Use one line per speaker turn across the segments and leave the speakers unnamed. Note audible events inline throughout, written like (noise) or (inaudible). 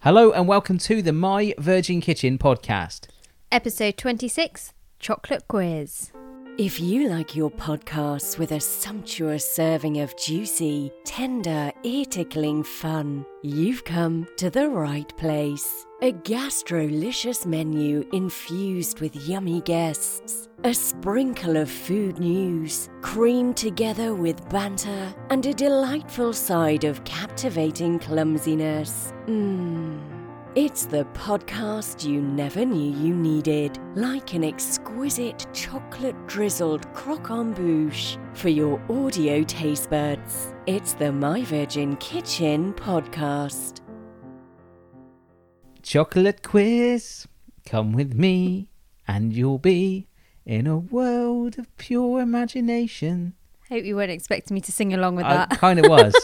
Hello and welcome to the My Virgin Kitchen podcast.
Episode 26 Chocolate Quiz.
If you like your podcasts with a sumptuous serving of juicy, tender, ear tickling fun, you've come to the right place. A gastrolicious menu infused with yummy guests, a sprinkle of food news, creamed together with banter, and a delightful side of captivating clumsiness. Mmm. It's the podcast you never knew you needed, like an exquisite chocolate drizzled croquembouche for your audio taste buds. It's the My Virgin Kitchen podcast.
Chocolate quiz, come with me, and you'll be in a world of pure imagination.
Hope you weren't expecting me to sing along with
I
that. (laughs)
kind of was.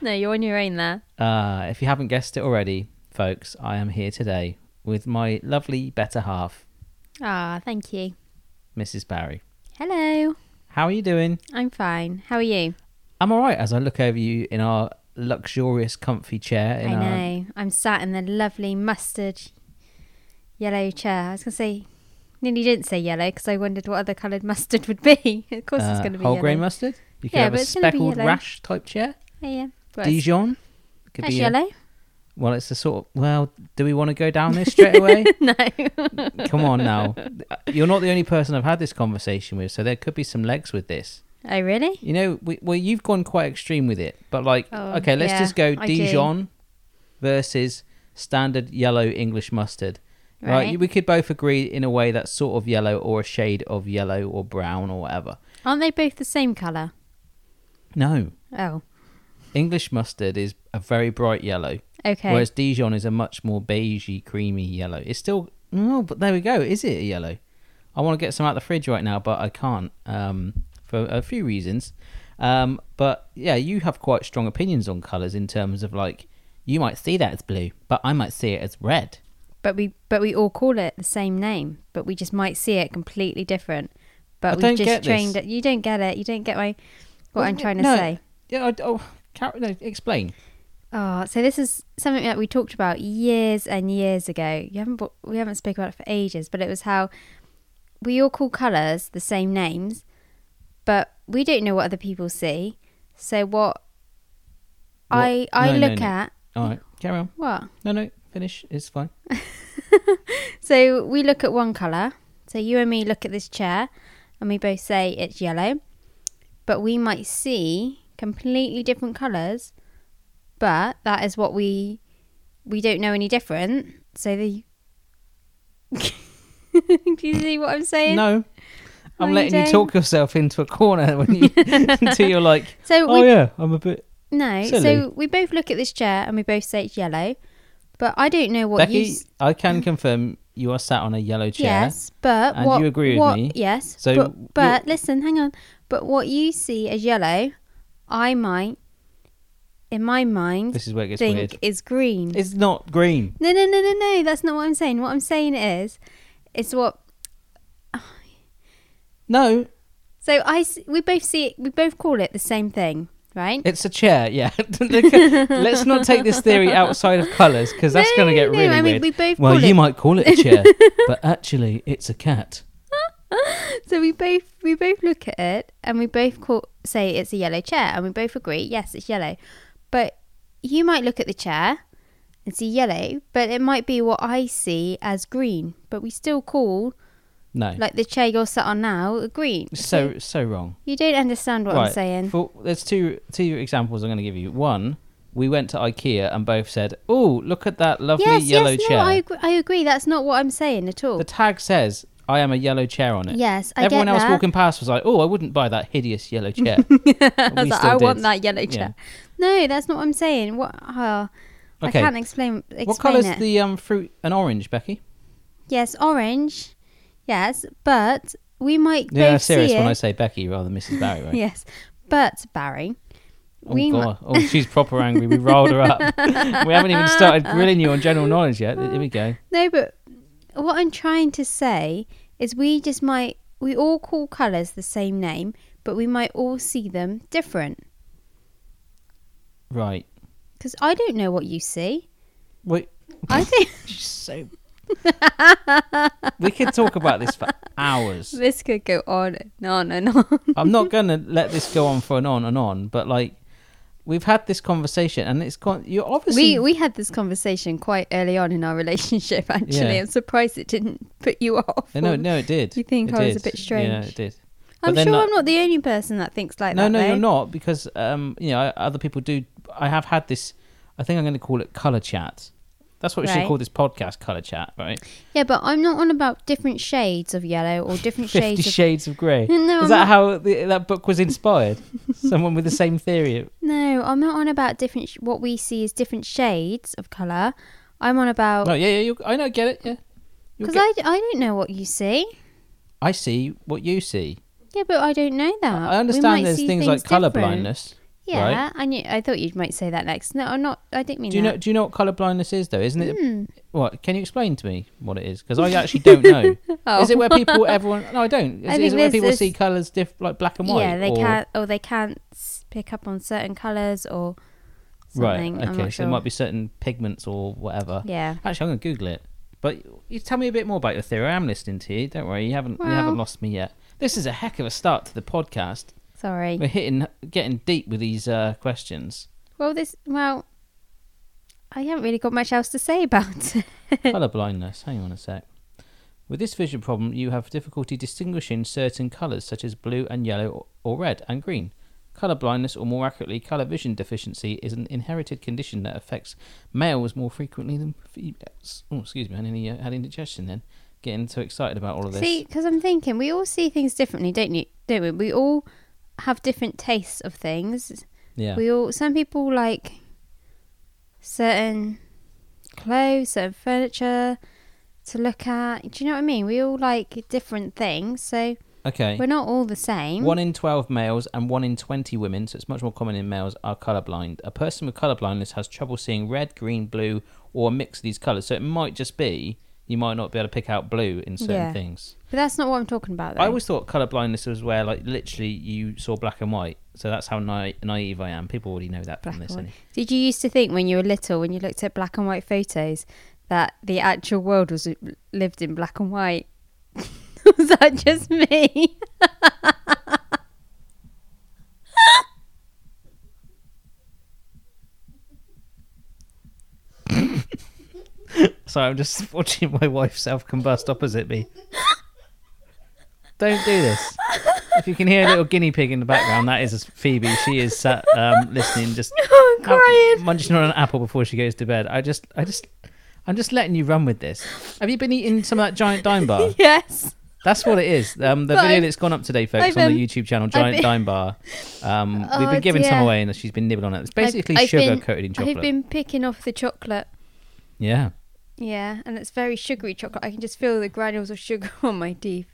no, you're on your own there.
uh, if you haven't guessed it already, folks, I am here today with my lovely better half,
Ah, thank you.
Mrs. Barry.
Hello.
How are you doing?
I'm fine. How are you?
I'm all right as I look over you in our luxurious, comfy chair. In
I
our,
know. I'm sat in the lovely mustard yellow chair. I was going to say, nearly didn't say yellow because I wondered what other coloured mustard would be. (laughs) of course, it's
uh,
going to be
whole
yellow.
grain mustard. You could
Yeah,
have
but
a
it's gonna be
speckled
yellow.
rash type chair.
Yeah, yeah. Well, it's-
Dijon. Could
That's
be a-
yellow.
well, it's a sort of. Well, do we want to go down this straight
(laughs)
away?
no.
Come on now. You're not the only person I've had this conversation with, so there could be some legs with this.
oh, really?
You know, we, well, you've gone quite extreme with it, but like,
Oh,
okay, let's
yeah,
just go
I do.
Dijon versus standard yellow English mustard. Right.
Right.
We could both agree in a way that's sort of yellow or a shade of yellow or brown or whatever.
Aren't they both the same colour?
No.
Oh,
English mustard is a very bright yellow,
okay.
whereas Dijon is a much more beigey, creamy yellow. It's still, no, but there we go. Is it a yellow? I want to get some out the fridge right now, but I can't um, for a few reasons. Um, but yeah, you have quite strong opinions on colours in terms of like, you might see that as blue, but I might see it as red.
But we but we all call it the same name, but we just might see it completely different.
I
But
don't
we've just
get this.
trained it. You don't get it. You don't get my what I'm trying to
No,
say.
Yeah, I, oh, Car- no, explain.
Oh, so this is something that we talked about years and years ago. You haven't bought, we haven't spoken about it for ages, but it was how we all call colours the same names, but we don't know what other people see. So what, I
What?
I
No, no,
look
no.
at
All right, carry on.
what
No, no, finish. It's fine.
So we look at one colour. So you and me look at this chair and we both say it's yellow. But we might see completely different colours, but that is what we we don't know any different. So the (laughs) Do you see what I'm saying?
No. I'm
Oh, you
letting you
don't?
talk yourself into a corner when
(laughs)
you (laughs) until you're like,
So
oh
we
yeah, I'm a bit.
no,
silly.
so we both look at this chair and we both say it's yellow. But I don't know what
Becky,
you s-
I can confirm you are sat on a yellow chair.
Yes, but
and
what
you agree with
what-
me.
Yes.
So you're-
but, but listen, hang on. But what you see as yellow, I might, in my mind,
This is where it gets
think
weird.
is green.
It's not green.
no, no, no, no, no. That's not what I'm saying. What I'm saying is, it's what.
No,
So I s- we both see it. We both call it the same thing, right?
it's a chair.
(laughs)
Yeah. (laughs) Let's not take this theory outside of colours because that's
No,
going to get
no,
really
I mean,
weird.
we both
well,
call
you
it-
might call it a
(laughs)
chair, but actually, it's a cat.
So we both we both look at it and we both call, say it's a yellow chair and we both agree yes it's yellow, but you might look at the chair and see yellow, but it might be what I see as green, but we still call
No.
like the chair you're sat on now a green.
so so wrong.
You don't understand what I'm saying.
For, there's two two examples I'm going to give you. One, we went to IKEA and both said, "Oh, look at that lovely
yes,
yellow
yes,
chair."
no, I agree, I agree. That's not what I'm saying at all.
The tag says, "I am a yellow chair on it."
yes, I
Everyone
get
else
that. (laughs)
walking past was like, "Oh, I wouldn't buy that hideous yellow chair."
I was like, I want that yellow
Yeah.
chair. No, that's not what I'm saying. What? ah, I
Okay.
can't explain. explain
What colour's
it.
the um, fruit? An orange, Becky.
Yes, orange. Yes, but we might
Yeah,
both
serious
see it.
when I say Becky rather than Mrs. Barry.
(laughs)
Right?
Yes, but Barry,
Oh
we might.
god! Oh, she's proper angry. We riled her
(laughs)
up. we haven't even started grilling you on general knowledge yet. Here we go.
No, but what I'm trying to say is we just might. We all call colours the same name, but we might all see them different.
Right.
Because I don't know what you see.
Wait, (laughs)
I think (laughs)
She's so. we could talk about this for hours.
this could go on and on and on.
(laughs) I'm not gonna let this go on for and on and on, but like we've had this conversation and it's gone. You're obviously
We we had this conversation quite early on in our relationship. (laughs) Actually,
Yeah.
I'm surprised it didn't put you (laughs) off.
No, no,
or-
no, it did.
You think
It
I was a
did.
bit strange?
Yeah, it did.
I'm
But then
sure
I-
I'm not the only person that thinks like
No,
that.
no,
though.
you're not because um, you know I- other people do. I have had this. I think I'm going to call it color chat. That's what we should
Right.
call this podcast, color chat, right?
Yeah, but I'm not on about different shades of yellow
(laughs)
or different
Fifty
shades
Shades,
of
of Grey.
No,
Is that
I'm not-
how the, that book was
(laughs)
inspired? Someone with the same theory.
No, I'm not on about different. Sh- what we see is different shades of color. I'm on about
No, yeah, yeah. You'll, I know, get it. Yeah, You'll
because
get-
I, I don't know what you see.
I see what you see.
Yeah, but I don't know that.
I
We
understand
might
there's
see
things, like color
different.
blindness.
Yeah, I knew. I thought you might say that next. No, I'm not. I didn't mean
Do you
that.
know? Do you know what color blindness is, though? Isn't it?
Hmm.
What? Can you explain to me what it is? Because I actually don't
(laughs)
know. Is it where people, everyone? No, I don't. Is,
Oh. I
is
think
it where
there's
people
this-
see colors diff like black and white?
yeah, they
or-
can't or they can't s- pick up on certain colors or
Right.
something.
Okay.
I'm
So
not sure.
it might be certain pigments or whatever.
Yeah.
Actually, I'm gonna Google it. But you tell me a bit more about your theory. I am listening to you. Don't worry. You haven't. you haven't
Well-
lost me yet. This is a heck of a start to the podcast.
Sorry.
We're hitting, getting deep with these uh, questions.
Well, this well, I haven't really got much else to say (laughs) about it.
Color blindness. Hang on a sec. With this vision problem, you have difficulty distinguishing certain colors such as blue and yellow or- or red and green. Color blindness, or more accurately, color vision deficiency, is an inherited condition that affects males more frequently than females. Oh, excuse me, I nearly uh, had indigestion then. Getting so excited about all of this.
See, because I'm thinking we all see things differently, don't you? Don't we? We all have different tastes of things.
yeah.
We all some people like certain clothes, certain furniture to look at. Do you know what I mean? We all like different things, so
okay.
we're not all the same.
One in 12 males and one in 20 women, so it's much more common in males, are colorblind. A person with colorblindness has trouble seeing red, green, blue, or a mix of these colors. So it might just be you might not be able to pick out blue in certain
Yeah.
things.
But that's not what I'm talking about. Though.
I always thought colorblindness was where, like, literally you saw black and white. So that's how na- naive I am. People already know that
Black
from this.
and
innit?
white. Did you used to think when you were little, when you looked at black and white photos, that the actual world was uh, lived in black and white? (laughs) was that just me?
So I'm just (laughs) watching my wife self combust opposite me. Don't do this. If you can hear a little guinea pig in the background, that is Phoebe. She is sat um, listening, just
(laughs) I'm
out-
crying.
munching on an apple before she goes to bed. I just, I just, I'm just letting you run with this. Have you been eating some of that giant dime bar?
(laughs) Yes.
That's what it is. Um, the
But
video
I've-
that's gone up today, folks,
I've
on
been-
the YouTube channel, Giant
been-
Dime
(laughs)
Bar. Um, we've
Oh,
been giving some
dear.
away, and she's been nibbling on it. It's basically
I've- I've
sugar
been-
coated in chocolate.
I've been picking off the chocolate.
Yeah.
Yeah, and it's very sugary chocolate. I can just feel the granules of sugar (laughs) on my
(coughs)
teeth.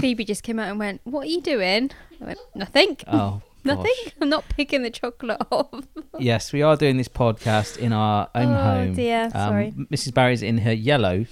Phoebe just came out and went, "What are you doing?" I went, "Nothing."
Oh.
(laughs) Nothing.
gosh.
I'm not picking the chocolate (laughs) off.
Yes, we are doing this podcast in our own
Oh,
home. Um,
dear, sorry.
Mrs. Barry's in her yellow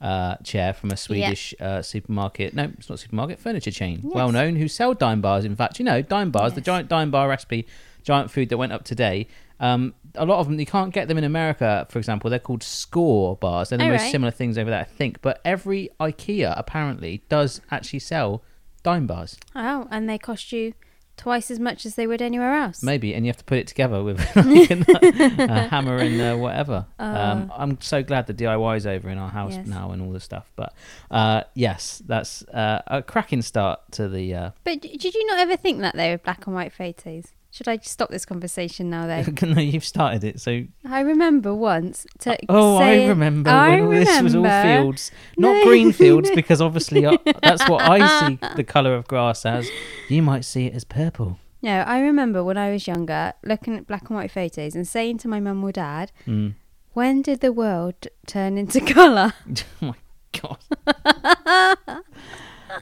uh, chair from a Swedish uh, supermarket. No, it's not supermarket, furniture chain. Well known, who sell dime bars. In fact, you know, dime bars, the
Yes.
giant dime bar recipe, giant food that went up today. Um, a lot of them, you can't get them in America, for example. They're called score bars. They're the
Oh,
most
right.
similar things over there, I think. But every IKEA apparently does actually sell dime bars.
Oh, and they cost you twice as much as they would anywhere else.
Maybe, and you have to put it together
(laughs)
with (laughs) like, a hammer and uh, whatever. um, I'm so glad the DIY is over in our house
Yes.
now and all this stuff. But uh, yes, that's uh, a cracking start to the. Uh,
But d- did you not ever think that though, with black and white photos? Should I just stop this conversation now though?
(laughs) no, you've started it. So,
I remember once. To
oh, I
saying-
remember when
I
all this was all
remember.
fields, not
No.
green fields, because obviously
(laughs)
I, that's what I see the color of grass as. You might see it as purple. (laughs)
No, I remember when I was younger looking at black and white photos and saying to my mum or dad,
Mm.
when did the world turn into (laughs) colour?
oh my
(laughs)
god.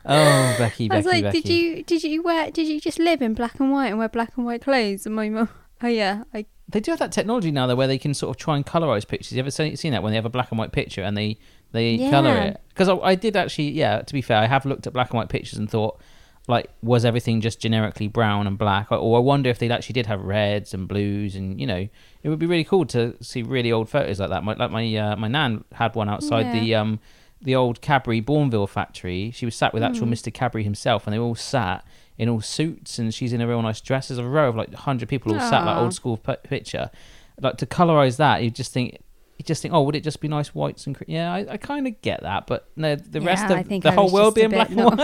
oh, Becky, Becky,
I was like,
Becky.
did you did you wear did you just live in black and white and wear black and white clothes? And my mum, (laughs) oh yeah, I
They do have that technology now, though, where they can sort of try and colorize pictures. You ever seen, seen that when they have a black and white picture and they they color
Yeah.
it? Because I, I did actually, yeah. To be fair, I have looked at black and white pictures and thought, like was everything just generically brown and black or, or i wonder if they actually did have reds and blues and you know it would be really cool to see really old photos like that my, like my uh, my nan had one outside
Yeah.
the um the old cadbury bourneville factory she was sat with
Hmm.
actual mr cadbury himself and they all sat in all suits and she's in a real nice dress there's a row of like 100 people all sat like
Aw.
old school pi picture like to colorize that you just think you just think, oh, would it just be nice whites and cre-? yeah? I, I kind of get that, but no, the rest
Yeah, I
of
think
the
I
whole
was
world
just a
being black
bit
and
not-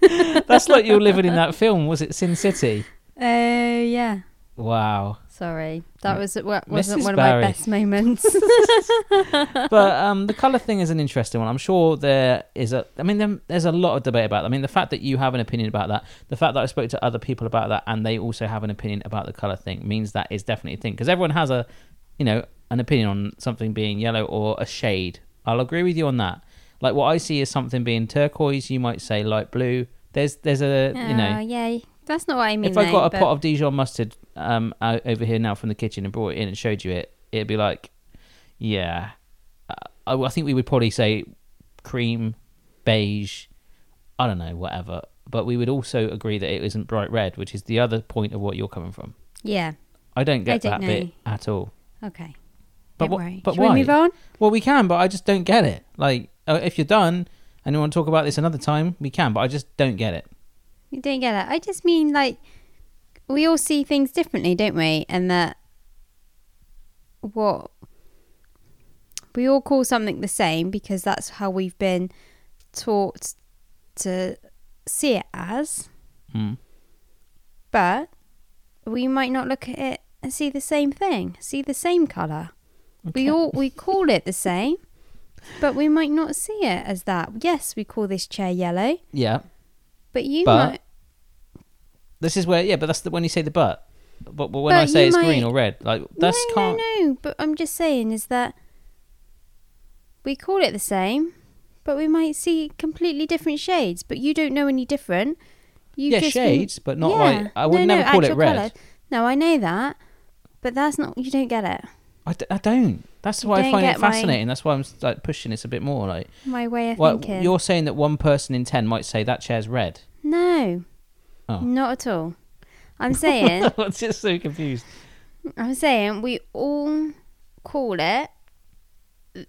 white. That's like you're living in that film. Was it Sin City?
(laughs) Oh yeah.
Wow.
Sorry, that was wa- wasn't
Mrs.
one
Barry.
of my best
(laughs)
moments.
But um, the color thing is an interesting one. I'm sure there is a. I mean, there- there's a lot of debate about. That. I mean, the fact that you have an opinion about that, the fact that I spoke to other people about that, and they also have an opinion about the color thing means that is definitely a thing because everyone has a, you know, an opinion on something being yellow or a shade. I'll agree with you on that. Like what I see is something being turquoise. You might say light blue. There's there's a you know
Oh, yay. That's not what I mean.
if I got a
though,
pot of Dijon mustard um out over here now from the kitchen and brought it in and showed you it, it'd be like, yeah, uh, I, I think we would probably say cream, beige, I don't know, whatever. But we would also agree that it isn't bright red, which is the other point of what you're coming from.
but- Yeah.
I don't get
I don't
that bit
know.
at all.
Okay.
But
Don't
what-
worry.
but
Shall
why?
we move on?
Well, we can, but I just don't get it. Like, uh, if you're done and you want to talk about this another time, we can. But I just don't get it.
You don't get it. I just mean like we all see things differently, don't we? And that what we all call something the same because that's how we've been taught to see it as.
Hmm.
But we might not look at it and see the same thing, see the same color. We all we call it the same, but we might not see it as that. Yes, we call this chair yellow,
Yeah.
but you
But
might
This is where, yeah, but that's the, when you say the but. But, but when
But
I say
you
it's
might-
green or red, like that's
no,
can't.
no, no. But I'm just saying is that we call it the same, but we might see completely different shades. But you don't know any different. You
Yeah,
just
shades, but not
Yeah.
like- I would
No,
never
no,
call it
actual
red.
colours. No, I know that, but that's not. You don't get it.
I, d- I don't. That's
You
why I
don't
find it
get why-
fascinating. That's why I'm like pushing this a bit more. Like,
My way of
well,
thinking.
you're saying that one person in ten might say that chair's red.
No,
Oh.
not at all. I'm saying,
(laughs) I'm just so
(laughs)
confused.
I'm saying, we all call it.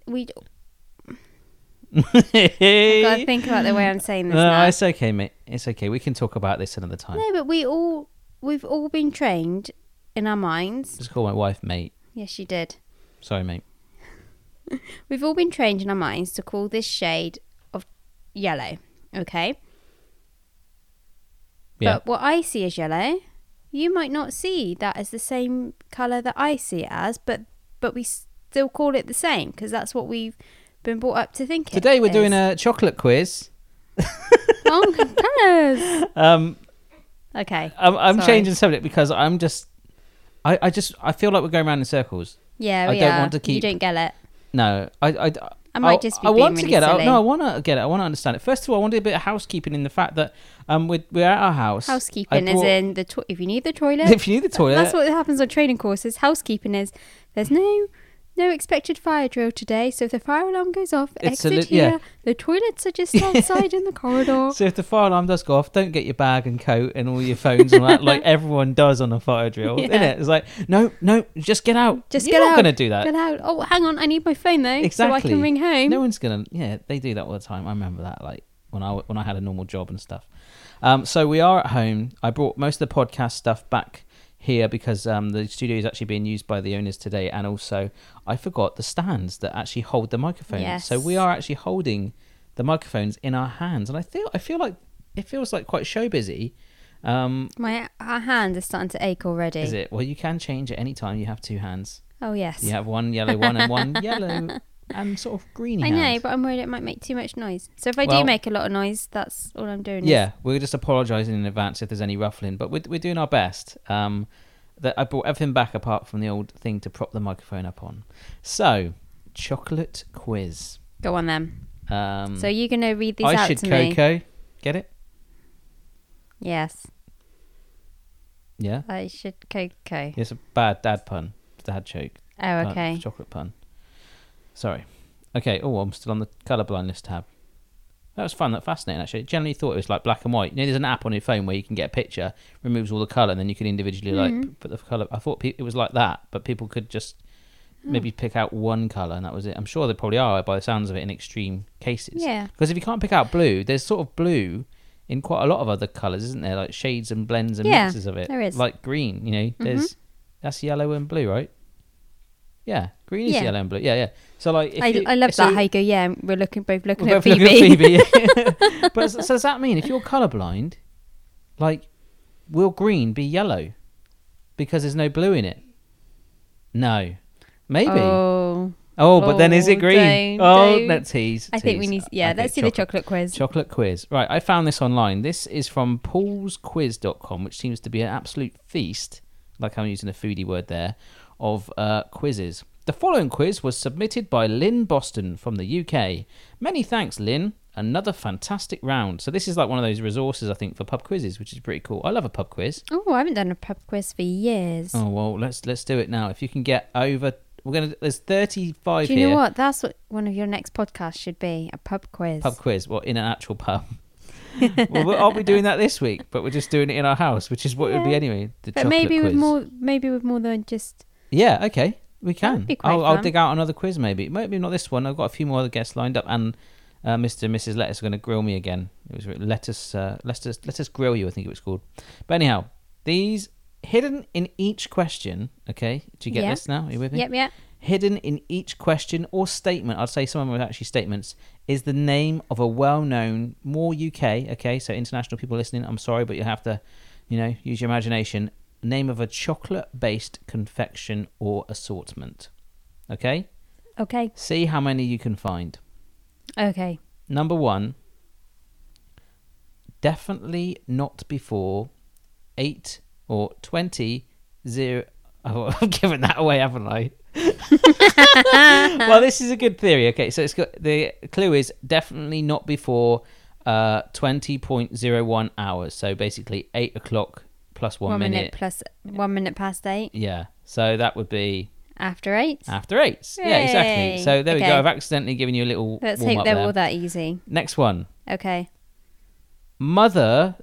We
(laughs)
gotta
Hey.
think about the way I'm saying this.
No,
now.
it's okay, mate. It's okay. We can talk about this another time.
No, but we all we've all been trained in our minds.
Just call my wife, mate.
Yes, you did.
Sorry, mate.
We've all been trained in our minds to call this shade of yellow, okay?
Yeah.
But what I see as yellow, you might not see that as the same color that I see it as, but but we still call it the same because that's what we've been brought up to think. it
Today we're
is. (laughs)
doing a chocolate quiz.
oh, colors.
Um,
Okay.
I'm, I'm
Sorry.
changing subject because I'm just, I, I just, I feel like we're going around in circles.
Yeah,
I
we
don't
are.
want to
You
keep-
don't get it.
No, I, I,
I might just be
I
being
want to
really
get it. I-
silly.
No, I want to get it. I want to understand it. First of all, I want to do a bit of housekeeping in the fact that um, we're, we're at our house. I
Housekeeping
brought-
is in the to- if you need the toilet.
(laughs) If you need the toilet,
That's what happens on training courses. Housekeeping is there's no no expected fire drill today, so if the fire alarm goes off,
It's a
exit
lit- yeah.
here. The toilets are
(laughs)
just outside in the corridor.
So if the fire alarm does go off, don't get your bag and coat and all your phones and all that
(laughs)
like everyone does on a fire drill,
Yeah.
isn't it? It's like no, no, just get out.
Just
You're
get
not
out.
Going to do that.
Get out. Oh, hang on, I need my phone though,
exactly.
so I can ring home.
No one's gonna. Yeah, they do that all the time. I remember that, like when I when I had a normal job and stuff. Um, so we are at home. I brought most of the podcast stuff back here because um, the studio is actually being used by the owners today, and also I forgot the stands that actually hold the microphones. So we
Yes.
are actually holding the microphones in our hands, and I feel I feel like it feels like quite show busy. Um,
My our hand is starting to ache already.
is it? Well, you can change at any time. You have two hands.
Oh yes. (laughs)
You have one yellow one and one yellow and sort of greeny.
I
hand.
know, but I'm worried it might make too much noise. So if I
Well-
do make a lot of noise, that's all I'm doing.
Yeah, we're just apologising in advance if there's any ruffling, but we're, we're doing our best. Um, that I brought everything back apart from the old thing to prop the microphone up on. So, chocolate quiz.
Is go on then.
Um,
So you're gonna read these
I
out
should
to me.
cocoa. Get it?
Yes,
Yeah.
I should cocoa.
It's a bad dad pun. Dad joke.
Oh
Pun-
okay.
chocolate pun. Sorry. Okay. Oh, I'm still on the colour blindness tab. That was fun. That fascinating. Actually, I generally thought it was like black and white. You know, there's an app on your phone where you can get a picture, removes all the color, and then you can individually
Mm-hmm.
like p- put the color. I thought pe- it was like that, but people could just
Oh.
maybe pick out one color, and that was it. I'm sure they probably are by the sounds of it in extreme cases.
Yeah.
Because if you can't pick out blue, there's sort of blue in quite a lot of other colors, isn't there? Like shades and blends and
Yeah,
mixes of it.
there is. Mm-hmm.
Like green. You know, there's that's yellow and blue, right? Yeah, green is
Yeah.
yellow and blue. Yeah, yeah. So like, if
I,
you-
I love
so-
that how you go, yeah, we're looking both looking
we're
at
both
Phoebe.
looking at
(laughs)
Phoebe. (laughs) but so, so does that mean if you're colourblind, like, will green be yellow because there's no blue in it? No, maybe. Oh,
Oh,
but then is it
Oh,
green?
don't-
oh,
don't.
let's tease.
I think we
tease.
need. Yeah,
Okay,
let's do the chocolate quiz.
Chocolate quiz. Right, I found this online. This is from paulsquiz.com, which seems to be an absolute feast, like I'm using a foodie word there, of uh, quizzes. The following quiz was submitted by Lynn Boston from the UK. Many thanks, Lynn. Another fantastic round. So, this is like one of those resources, I think, for pub quizzes, which is pretty cool. I love a pub quiz.
oh, I haven't done a pub quiz for years.
Oh, well, let's let's do it now. If you can get over. We're going to. There's 35
do you
here.
know what? That's what one of your next podcasts should be: a pub quiz.
pub quiz. Well, in an actual
(laughs)
pub. well, we aren't we doing that this week? But we're just doing it in our house, which is what it would be
Yeah.
anyway. The
but
chocolate
maybe
quiz.
with more, maybe with more than just.
Yeah. Okay. We can.
would be quite
I'll, I'll
fun.
dig out another quiz. Maybe. Maybe not this one. I've got a few more other guests lined up, and uh, Mr. and Mrs. Lettuce are going to grill me again. It was let us uh, let us let us grill you. I think it was called. But anyhow, these hidden in each question. Okay. Do you get
Yeah.
this now? Are you with me?
Yep, yep.
Hidden in each question or statement, I'd say some of them are actually statements, is the name of a well known, more UK, okay, so international people listening, I'm sorry, but you have to, you know, use your imagination, name of a chocolate based confection or assortment. Okay?
Okay,
See how many you can find.
okay.
Number one, definitely not before eight or twenty zero. (laughs) Oh, I've given that away, haven't
(laughs)
I? well, this is a good theory. Okay, so it's got the clue is definitely not before uh twenty point zero one hours. So basically eight o'clock plus one,
One, minute.
minute.
plus one minute past eight.
Yeah. So that would be
After eight.
after eight. Yeah, exactly.
Yay.
So there we
Okay.
go. I've accidentally given you a little
Let's
warm
hope
up
they're
there.
all that easy.
Next one.
Okay.
mother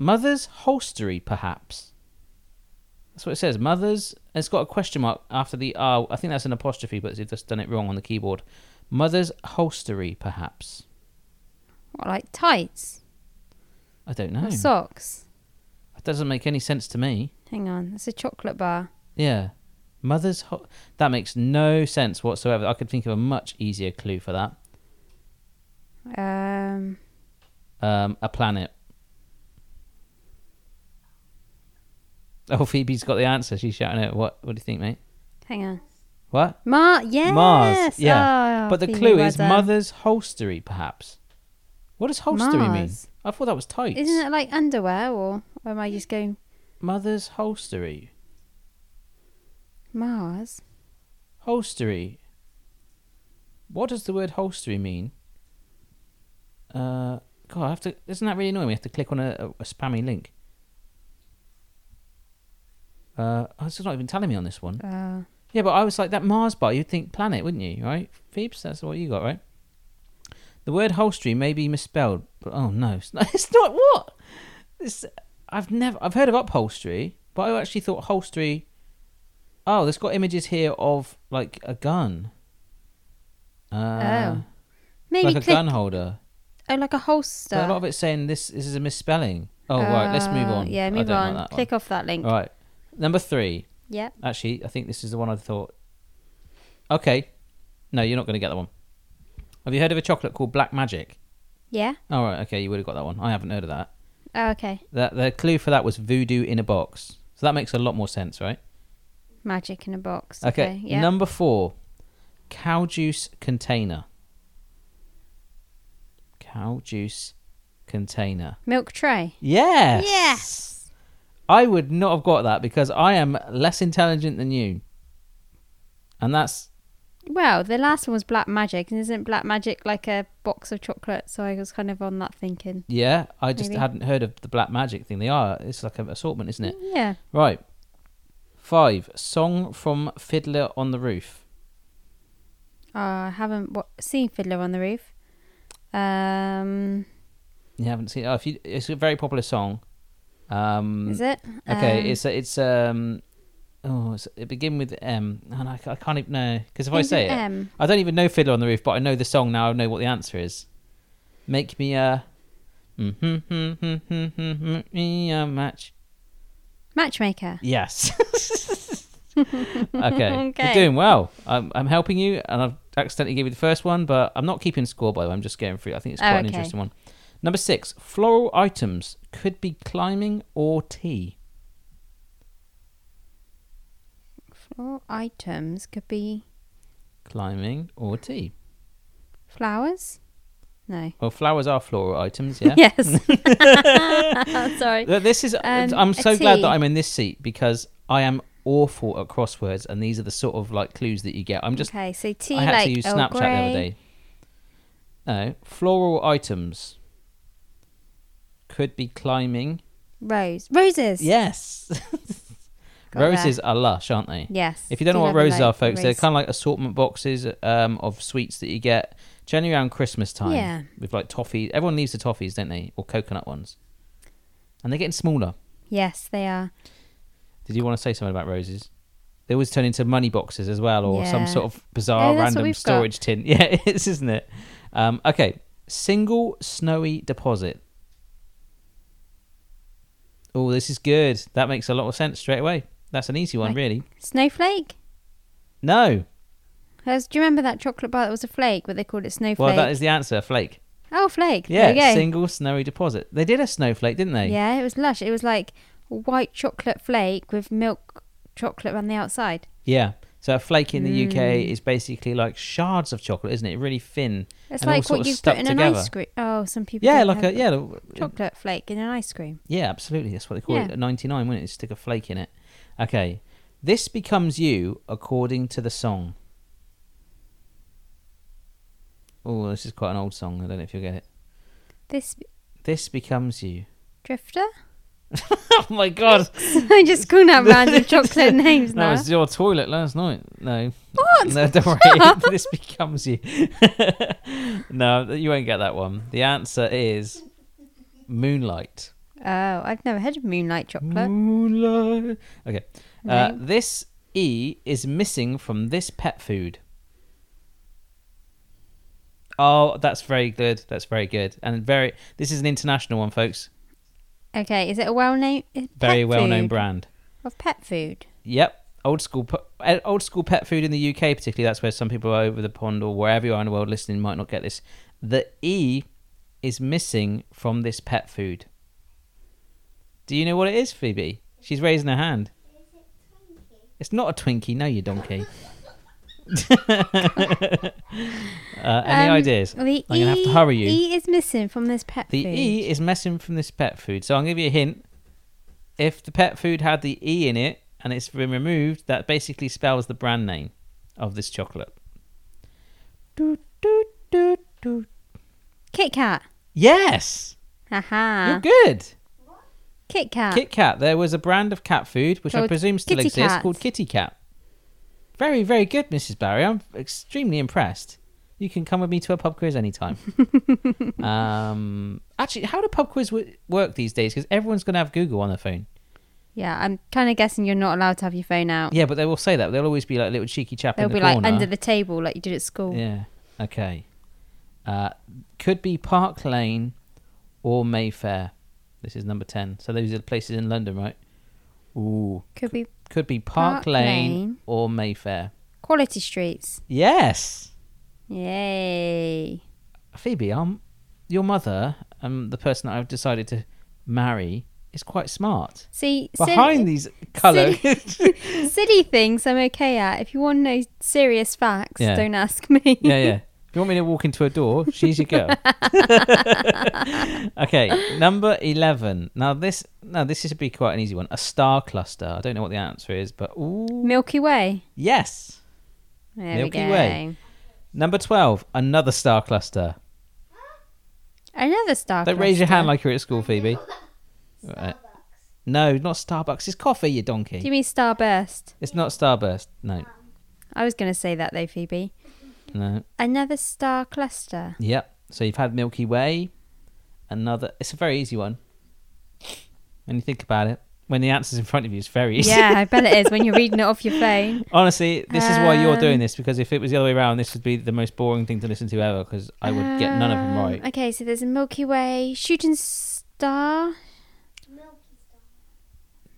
mother's holstery perhaps that's what it says mother's it's got a question mark after the r i think that's an apostrophe but they've just done it wrong on the keyboard mother's holstery perhaps
What, like tights
i don't know
or socks?
that doesn't make any sense to me
Hang on, it's a chocolate bar.
yeah mother's ho- that makes no sense whatsoever i could think of a much easier clue for that
Um,
um a planet oh phoebe's got the answer she's shouting out what what do you think mate
hang on.
what
Mar, yes.
Mars. Yeah.
Oh,
but the
Phoebe,
clue
well
is
done.
mother's holstery, perhaps. What does holstery mean?
Mars.
I thought that was tights.
Isn't it like underwear, or, or am I just going
Mother's holstery.
Mars?
Holstery. What does the word holstery mean? Uh, God, I have to. Isn't that really annoying? We have to click on a, a, a spammy link. Uh, oh, it's not even telling me on this one.
Uh,
Yeah, but I was like that Mars bar. You'd think planet, wouldn't you? Right, Phoebes, that's what you got, right? The word holstery may be misspelled, but oh no, it's not, (laughs) it's not what. It's, I've never, I've heard of upholstery, but I actually thought holstery. Oh, there's got images here of like a gun. Uh,
Oh. maybe
like a
click,
gun holder.
oh, like a holster.
But a lot of it's saying this, this is a misspelling. Oh right, let's move
Uh,
on. I
Yeah, move
don't like
on.
that one.
Click off that link.
All right, number three.
Yep.
Actually, I think this is the one I thought. Okay. No, you're not going to get that one. Have you heard of a chocolate called Black Magic?
Yeah.
All right, okay, you would have got that one. I haven't heard of that.
Oh, okay.
That the clue for that was voodoo in a box. So that makes a lot more sense, right?
Magic in a box.
Okay.
Okay. yeah.
Number 4. Cow juice container. Cow juice container.
Milk tray.
Yes.
Yes.
I would not have got that because I am less intelligent than you. And that's
Well, the last one was black magic, and isn't black magic like a box of chocolate? So I was kind of on that thinking.
Yeah, I just
Maybe.
hadn't heard of the black magic thing. They are. It's like an assortment, isn't it?
Yeah.
Right. Five. Song from Fiddler on the Roof.
Uh, Oh, I haven't wa seen Fiddler on the Roof. Um,
You haven't seen? Oh, if you, it's a very popular song. Um,
is it?
Okay,
Um,
it's it's um oh it's, it begin with M and I, ca- I can't even know because if I
Ends
say
with
it,
M.
I don't even know Fiddler on the Roof, but I know the song now. I know what the answer is. Make me a make me a match.
Matchmaker.
Yes. (laughs)
(laughs)
okay.
Okay.
you're doing well. I'm I'm helping you, and I've accidentally given you the first one, but I'm not keeping score by the way. I'm just going through. it. I think it's
Oh,
quite an
okay.
interesting one. Number six, floral items could be climbing or tea.
Floral items could be
Climbing or tea.
flowers. No.
Well, flowers are floral items,
(laughs)
yeah. (laughs)
Yes. Sorry.
Th- This is.
Um,
I'm so
a
glad
tea.
that I'm in this seat because I am awful at crosswords, and these are the sort of like clues that you get. I'm just.
okay, so tea
I had
like oh,
to use
Earl
Snapchat the
Grey.
other day. No, floral items could be climbing.
Rose. Roses.
Yes,
(laughs) Got there.
roses are lush, aren't they?
Yes.
If you don't know
Do
what
love a
roses
lo-
are, folks, they're
rose.
kind of like assortment boxes um, of sweets that you get generally around Christmas time.
Yeah.
With like toffee. Everyone leaves the toffees, don't they? Or coconut ones. And they're getting smaller.
Yes, they are.
Did you want to say something about roses? They always turn into money boxes as well, or some
Yeah.
sort of bizarre
Yeah, that's what
random
we've got.
storage tin. (laughs) Yeah, it is, isn't it? Um, okay. Single snowy deposit. Oh, this is good. That makes a lot of sense straight away. That's an easy one,
Like-
really.
Snowflake?
No.
Hers- Do you remember that chocolate bar that was a flake, but they called it snowflake?
Well, that is the answer. Flake.
oh, flake.
Yeah,
there you go.
single snowy deposit. They did a snowflake, didn't they?
Yeah, it was lush. It was like white chocolate flake with milk chocolate on the outside.
Yeah. So a flake in the UK
Mm.
is basically like shards of chocolate, isn't it? Really thin.
It's
and all
like
sort
what
of
you put
stuck
in an
together.
ice cream. Oh, some people.
Yeah,
don't
like a
have
yeah, the-
chocolate flake in an ice cream.
yeah, absolutely. That's what they call it.
Yeah.
At Ninety nine, wouldn't it? Stick a flake in it. Okay. This becomes you according to the song. Oh, this is quite an old song. I don't know if you'll get it.
This
This becomes you. (laughs)
drifter. (laughs)
oh my god!
I just call
(laughs)
out random chocolate names
That
now.
was your toilet last night. No.
What?
No, don't
(laughs)
worry. (laughs) this becomes you. (laughs) no, you won't get that one. The answer is moonlight.
Oh, I've never heard of moonlight
Mm.
chocolate.
Moonlight. Okay. Uh,
No.
this E is missing from this pet food. Oh, that's very good. That's very good. And very. This is an international one, folks.
Okay, is it a well known?
Very well known
food?
brand.
of pet food?
Yep. Old school, pu- eh, old school pet food in the UK, particularly. That's where some people are over the pond or wherever you are in the world listening might not get this. The E is missing from this pet food. Do you know what it is, Phoebe? She's raising her hand. It's not a Twinkie. No, you donkey. (laughs) uh, any
Um,
ideas?
well, the
I'm gonna have to
E-
hurry you.
E is missing from this pet
The
food.
E is missing from this pet food. So I'll give you a hint. If the pet food had the E in it and it's been removed, that basically spells the brand name of this chocolate. Do, do, do, do.
Kit Kat.
Yes! You're
Haha.
good!
Kit Kat.
Kit Kat. There was a brand of cat food, which I
Called
presume still
Kitty
exists,
Kat.
called Kitty Cat. Very, very good, Mrs. Barry. I'm extremely impressed. You can come with me to a pub quiz
(laughs)
anytime. um, actually, how do pub quiz w- work these days? Because everyone's going to have Google on their phone.
yeah, I'm kind of guessing you're not allowed to have your phone out.
Yeah, but they will say that. They'll always be like little cheeky chap
They'll
in the
be
corner.
like under the table, like you did at school.
Yeah. Okay. Uh, could be Park Lane or Mayfair. This is number ten. So those are the places in London, right? Ooh.
Could be
Could be Park,
Park
Lane,
Lane.
or Mayfair.
quality streets.
Yes.
Yay.
Phoebe, um, your mother, um, the person that I've decided to marry, is quite smart.
See,
Behind
silly,
these colour.
silly things I'm okay at. If you want to know serious facts,
Yeah.
don't ask me.
(laughs) (laughs) yeah, yeah. If you want me to walk into a door, she's your
(laughs)
girl. okay, number eleven. Now this, now this should be quite an easy one. A star cluster. I don't know what the answer is, but ooh,
Milky Way.
yes.
There
Milky
we go.
Way. Number twelve. Another star cluster.
Another star.
Don't raise your
cluster.
hand like you're at school, Phoebe. Right. No, not Starbucks. It's coffee, you
Do you
donkey.
mean starburst?
It's not Starburst. No,
I was going to say that though, Phoebe.
no. (laughs)
Another star cluster.
Yep. So you've had Milky Way. Another. It's a very easy one. When you think about it, when the answer's in front of you, it's very easy.
Yeah, I bet it is when you're reading it off your phone.
(laughs) Honestly, this is why you're doing
Um,
this because if it was the other way around, this would be the most boring thing to listen to ever because I would get none of them
Um,
right.
Okay, so there's a Milky Way, shooting star.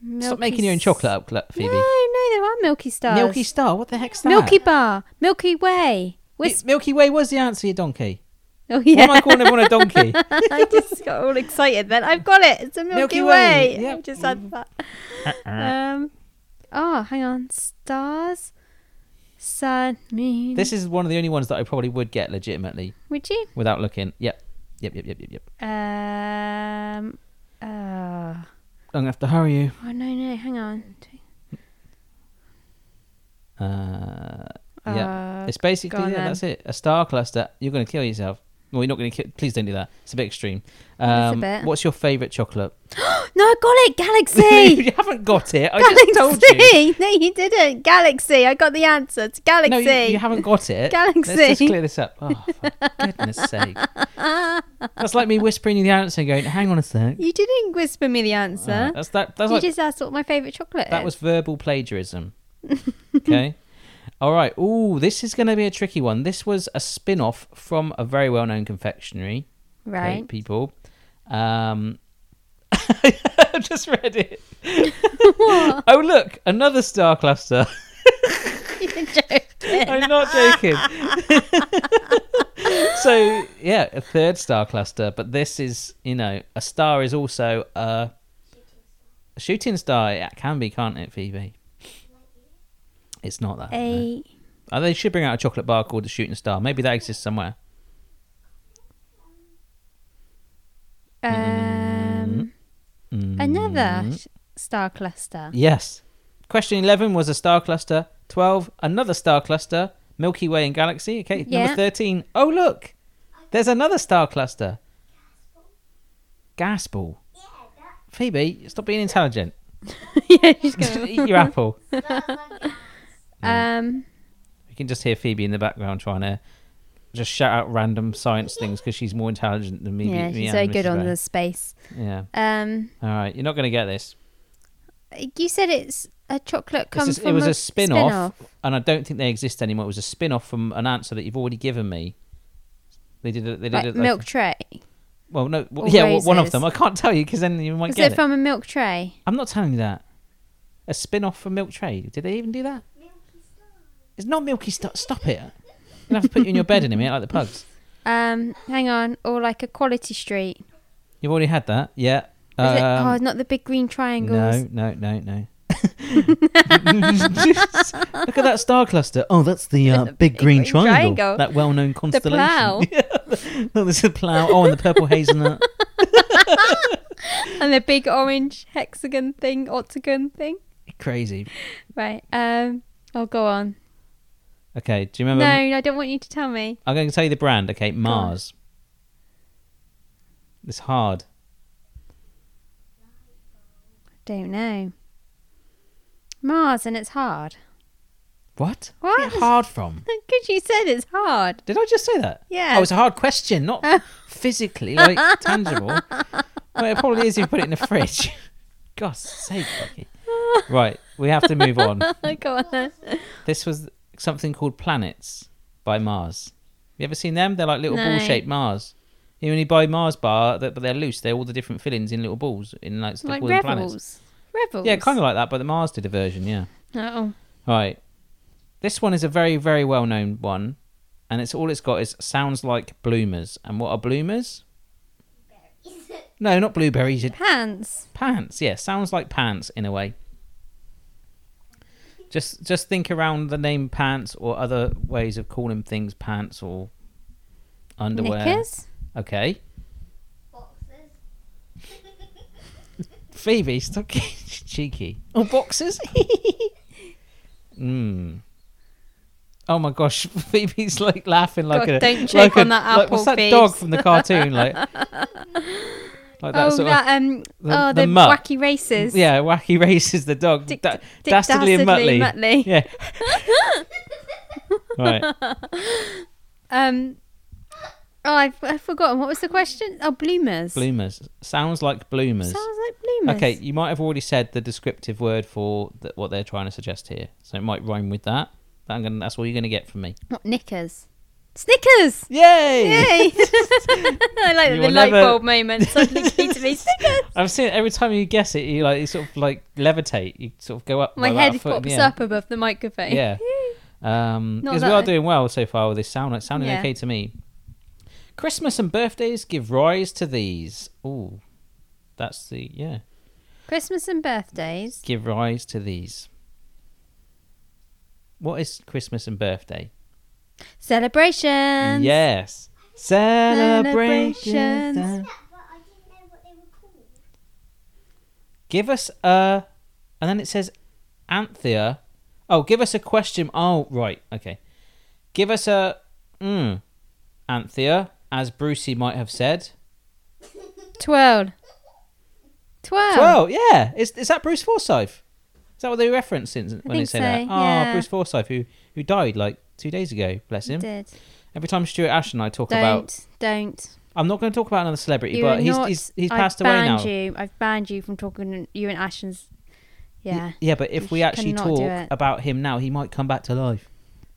Milky
Stop making your own
s-
chocolate up, Cla- Phoebe.
No, no, there are Milky Stars.
Milky Star, what the heck's that?
Milky Bar, Milky Way.
Wait,
Wisp-
Milky Way was the answer, you
(laughs)
donkey.
oh yeah.
Why am I calling everyone a donkey?
(laughs) I just got all excited. Then I've got it. It's a Milky,
Milky
Way.
Way, yep.
I just had that.
Uh-uh.
um. Oh, hang on. Stars, sun, moon.
this is one of the only ones that I probably would get legitimately
Would you?
without looking. Yep, yep, yep, yep, yep, yep.
Um. Uh.
I'm gonna have to hurry you.
Oh no no. Hang on.
Uh, yeah,
Uh,
it's basically
go on
yeah,
then.
that's it. A star cluster. You're gonna kill yourself. Well, you're not gonna kill. Please don't do that. It's a bit extreme.
is Oh, a
Um,
bit.
What's your favourite chocolate?
(gasps) No, I got
(laughs)
it. (laughs) Galaxy.
you haven't got it. I
(laughs) galaxy.
just told you.
No, you didn't. Galaxy. I got the answer. It's galaxy.
No, you, you haven't got it. Let's just
Galaxy.
clear this up. Oh,
(laughs)
for goodness sake. That's like me whispering you the answer and going, hang on a sec.
You didn't whisper me the answer.
Uh, that's that. That's
you
like,
just asked what my favourite chocolate
that
is.
was verbal plagiarism. okay. All right. Ooh, this is going to be a tricky one. This was a spin-off from a very well-known confectionery. okay,
right.
people. Um, (laughs) I just read it. oh look, another star cluster.
You're
(laughs)
joking.
I'm not joking. (laughs) so yeah, a third star cluster, but this is you know a star is also a, a shooting star. It can be, can't it, Phoebe? It's not that. no.
(laughs) A
Oh, they should bring out a chocolate bar called the Shooting Star. Maybe that exists somewhere.
um
Mm-hmm.
another sh- star cluster.
(laughs) Yes. Question eleven was a star cluster. Twelve, another star cluster. Milky Way and galaxy. Okay.
Yeah.
Number thirteen. Oh look, there's another star cluster. Gas ball. Phoebe, stop being intelligent.
yeah, she's
(laughs)
gonna-
Eat your apple.
um
You can just hear Phoebe in the background trying to just shout out random science things because she's more intelligent than me.
yeah,
me
she's
and
very
Mrs.
good on
Ray.
the space.
Yeah.
Um
All right. You're not going to get this.
you said it's a chocolate
This
comes
is-
from
it was
a,
a spin off,
spin-off.
and I don't think they exist anymore. It was a spin off from an answer that you've already given me. They did. A, they did.
Like
a, like-
milk tray.
well, no.
or
Well, yeah, well, one of
roses.
them. I can't tell you because then you might
Was
get
it
it.
from a milk tray?
I'm not telling you that. A spin off from Milk Trade. Did they even do that? It's not Milky Star. Stop it. You'll have to put you in your bed in a minute, like the pugs.
Um hang on, or like a quality street. Is
You've already had that. Yeah.
it oh
Um,
not the big green triangles.
no, no, no,
(laughs)
no. Look at that star cluster. Oh, that's the
(laughs)
uh, big, green,
green
triangle.
triangle.
That well-known
The
constellation.
plough
(laughs) No, there's a plough. Oh, and the purple hazelnut. (laughs)
and the big orange hexagon thing, octagon thing.
Crazy.
Right. Um I'll go on.
Okay, do you
No,
remember?
I don't want you to tell me.
I'm going to tell you the brand. Okay, Mars. It's hard.
Don't know. Mars and it's hard.
What?
What? (laughs)
Where hard from?
Because you said it's hard.
Did I just say that?
Yeah.
Oh, it's a hard question,
(laughs)
not physically, like tangible. Well, it probably is if you put it in the fridge. (laughs) God's sake, Becky. Right, we have to move on. (laughs)
Go on then.
This was something called Planets by Mars. You ever seen them? They're like little
No.
ball-shaped Mars. You only buy Mars bar, that- but they're loose. They're all the different fillings in little balls in like, stuff
Like
called planets.
rebels. Rebels.
Yeah, kind of like that, but the Mars did a version. Yeah.
Oh.
All right. This one is a very, very well-known one, and it's all it's got is sounds like bloomers. And what are bloomers? No, not blueberries. it-
Pants.
Pants. Yeah, sounds like pants in a way. Just, just think around the name pants or other ways of calling things pants or underwear.
Knickers.
Okay. (laughs) Phoebe, stop getting (laughs) cheeky. Oh, (laughs) boxes? Mmm. Oh my gosh, (laughs) Phoebe's like laughing like
God,
a
don't choke
like a-
on that
like- what's
apple,
that dog
Phoebes.
from the cartoon?
(laughs)
Like, like that
oh,
sort
that, um,
the-
oh,
the
the,
mutt.
wacky races.
of yeah, wacky (laughs) races the dog,
Dick-
da-
Dick
dastardly, and
Dastardly
Muttley.
Muttley.
Yeah.
(laughs)
right.
Um, Oh, I've, I've forgotten. What was the question? Oh, bloomers.
Bloomers. Sounds like bloomers.
Sounds like bloomers.
Okay, you might have already said the descriptive word for th- what they're trying to suggest here, so it might rhyme with that. But I'm gonna, that's all you're going to get from me.
Not knickers. Snickers!
Yay! (laughs)
Yay! (laughs) I like
You
the
will
light
never-
bulb moment
(laughs)
suddenly came to me. Snickers!
I've seen it every time you guess it, you like you sort of like levitate. You sort of go up.
My
by about a
head
foot in
pops
the air.
up (laughs) above the microphone.
Yeah. Um,
Not
because we
that
are
I-
doing well so far with this sound. It's sounding
Yeah.
okay to me. Christmas and birthdays give rise to these. Ooh, that's the yeah.
Christmas and birthdays.
Give rise to these. What is Christmas and birthday?
Celebrations!
Yes. Celebrations.
Celebrations.
but I didn't know what they were called.
Give us a, and then it says, Anthea. Oh, give us a question. Oh, right. Okay. Give us a, mm, Anthea, as Brucey might have said.
Twirl. Twirl.
Well, yeah. Is is that Bruce Forsyth? Is that what they were referencing when they
think
say that?
so,
Ah,
yeah.
Bruce Forsyth, who who died like two days ago. Bless him.
Did.
Every time Stuart Ash and I talk
Don't.
about,
Don't.
I'm not going to talk about another celebrity,
You are
but he's,
not.
he's he's
I've
passed away now.
banned you. I've banned you from talking. You and Ashton's.
Y-
Yeah.
Yeah, but if
You
we
sh-
actually
cannot do
talk
it.
about him now, he might come back to life.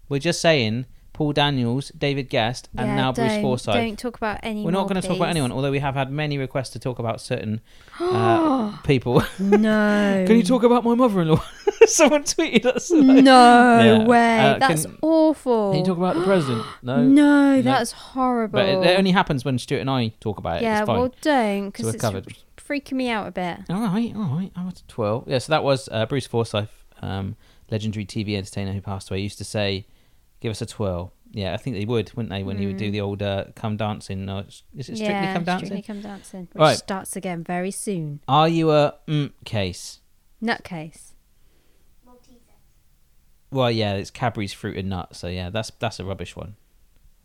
We're just saying Paul Daniels, David Guest, and
yeah,
now Bruce
don't-
Forsyth.
Don't talk about anyone.
We're not going to talk about anyone, although we have had many requests to talk about
(gasps)
certain uh, people.
No.
Can you talk about my mother-in-law? (laughs) Someone tweeted us.
No
(laughs) Yeah.
way.
Uh,
that's
can-
awful.
Can you talk about the president? No.
No, that's horrible.
But it, it only happens when Stuart and I talk about it.
yeah,
it's fine.
well, don't
we're
because it's
covered.
freaking me out a bit.
All right, all right. I was 12. Yeah, so that was uh, Bruce Forsyth, um, legendary TV entertainer who passed away, used to say, give us a twirl. Yeah, I think they would, wouldn't they, when he would do the old uh, come dancing. Uh, is it strictly
Hmm. yeah,
come dancing?
Strictly Come Dancing, which
Right.
starts again very soon.
Are you a mm case?
Nutcase.
Maltesers.
Well, yeah, it's Cadbury's fruit and nut. So, yeah, that's that's a rubbish one.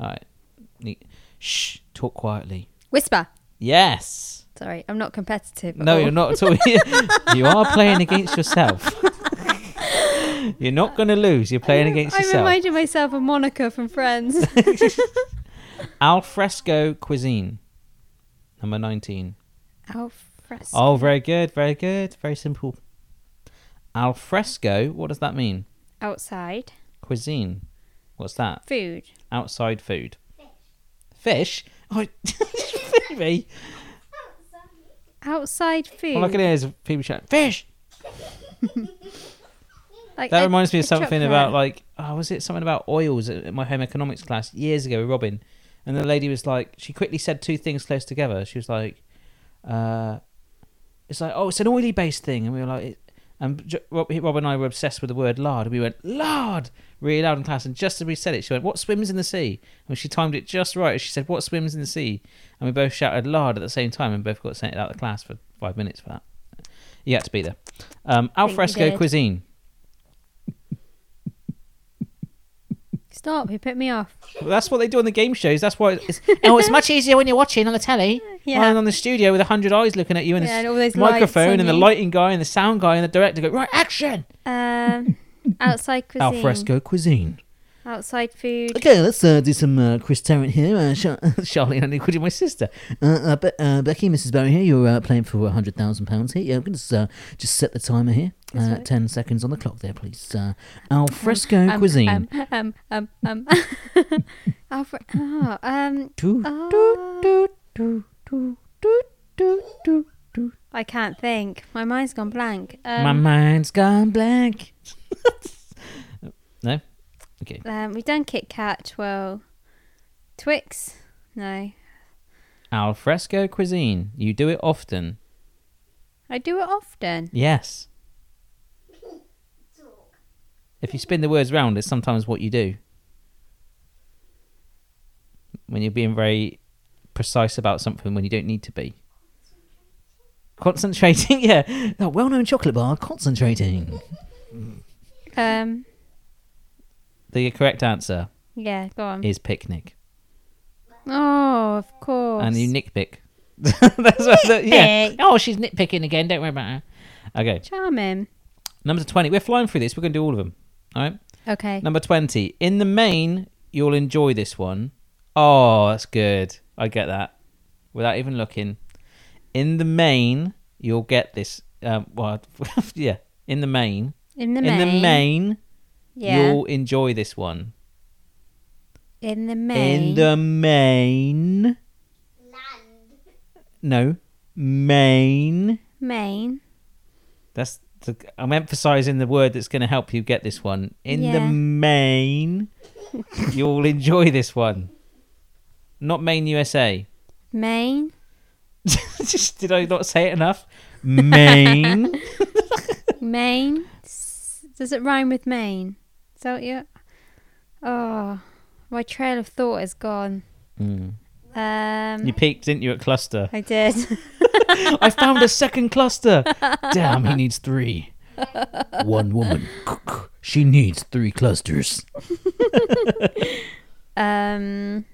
All right. Ne- Shh, talk quietly.
Whisper.
Yes.
Sorry, I'm not competitive. oh, at
No,
all.
you're not at
Oh.
all. (laughs) you are playing against
(laughs)
yourself. you're not going to lose. You're playing against
I
yourself.
reminded myself of Monica
(laughs)
from Friends.
Al fresco cuisine. Number 19.
Alfres.
Oh, very good, very good, very simple. Al fresco, what does that mean?
Outside
Cuisine. What's that?
food.
Outside food. Fish. Oh, (laughs) me.
Outside food.
All I can hear is people shout, fish!
Like
That
a-
reminds me of
a
something
chocolate.
about, like, oh, was it something about oils in my home economics class years ago with Robin? And the lady was like, she quickly said two things close together. She was like, uh, it's like, oh, it's an oily based thing. And we were like, it, and J- Rob, Rob and I were obsessed with the word lard. And we went, lard, really loud in class. And just as we said it, she went, what swims in the sea? And she timed it just right. She said, what swims in the sea? And we both shouted lard at the same time and both got sent out of class for five minutes for that. You had to be there. Um, al
Think you
fresco
did.
cuisine.
Stop! You put me off.
Well, that's what they do on the game shows. That's why it's, oh, it's much easier when you're watching on the telly.
Yeah.
rather than on the studio with a hundred eyes looking at you and,
Yeah,
the
and all those lights
microphone
on
and the
you.
lighting guy and the sound guy and the director go right action. (laughs)
Um, outside cuisine.
Al fresco cuisine.
Outside food.
(laughs) Okay, let's uh, do some uh, Chris Tarrant here. Uh, Char- (laughs) Charlene, I need to my sister. Uh, uh, Be- uh, Becky, Mrs. Barry here. You're uh, playing for £100,000 here. Yeah, I'm going to uh, just set the timer here. Uh, 10 seconds on the clock there, please. Uh, al fresco
Um,
cuisine.
Um, um, um,
(laughs)
um. Alfre- oh, um,
Doo,
oh.
doo, doo, doo, doo, doo, doo.
I can't think. My mind's gone blank.
My
Um,
mind's gone blank. no? Okay.
um, we've done Kit Kat. Well, Twix. No,
Al fresco cuisine. You do it often.
I do it often.
Yes. If you spin the words round, it's sometimes what you do. When you're being very precise about something when you don't need to be. Concentrating, (laughs) yeah. That well known chocolate bar, concentrating.
Um,
The correct answer
yeah, go on.
is picnic.
Oh, of course.
And you nitpick. (laughs) That's what the, yeah.
Nitpick.
Oh, she's nitpicking again. Don't worry about her. Okay.
Charming.
Number 20. We're flying through this. We're going to do all of them. All right.
Okay.
Number 20. In the main, you'll enjoy this one. Oh, that's good. I get that. Without even looking. In the main, you'll get this. Um, (laughs) well, yeah. In the main.
In the
in
main.
the main,
Yeah.
you'll enjoy this one.
in the main.
In the main.
Land.
No. Main.
main.
That's. The, I'm emphasizing the word that's going to help you get this one. In the
Yeah.
main, you'll enjoy this one. Not Main USA.
Main.
(laughs) Just, did I not say it enough? Main.
Main. S- Does it rhyme with main? Is that what you Oh, my trail of thought is gone.
Mm.
Um,
You peaked, didn't you, at cluster?
I did. (laughs)
I found a second cluster. Damn, he needs three. One woman. (laughs) She needs three clusters.
um,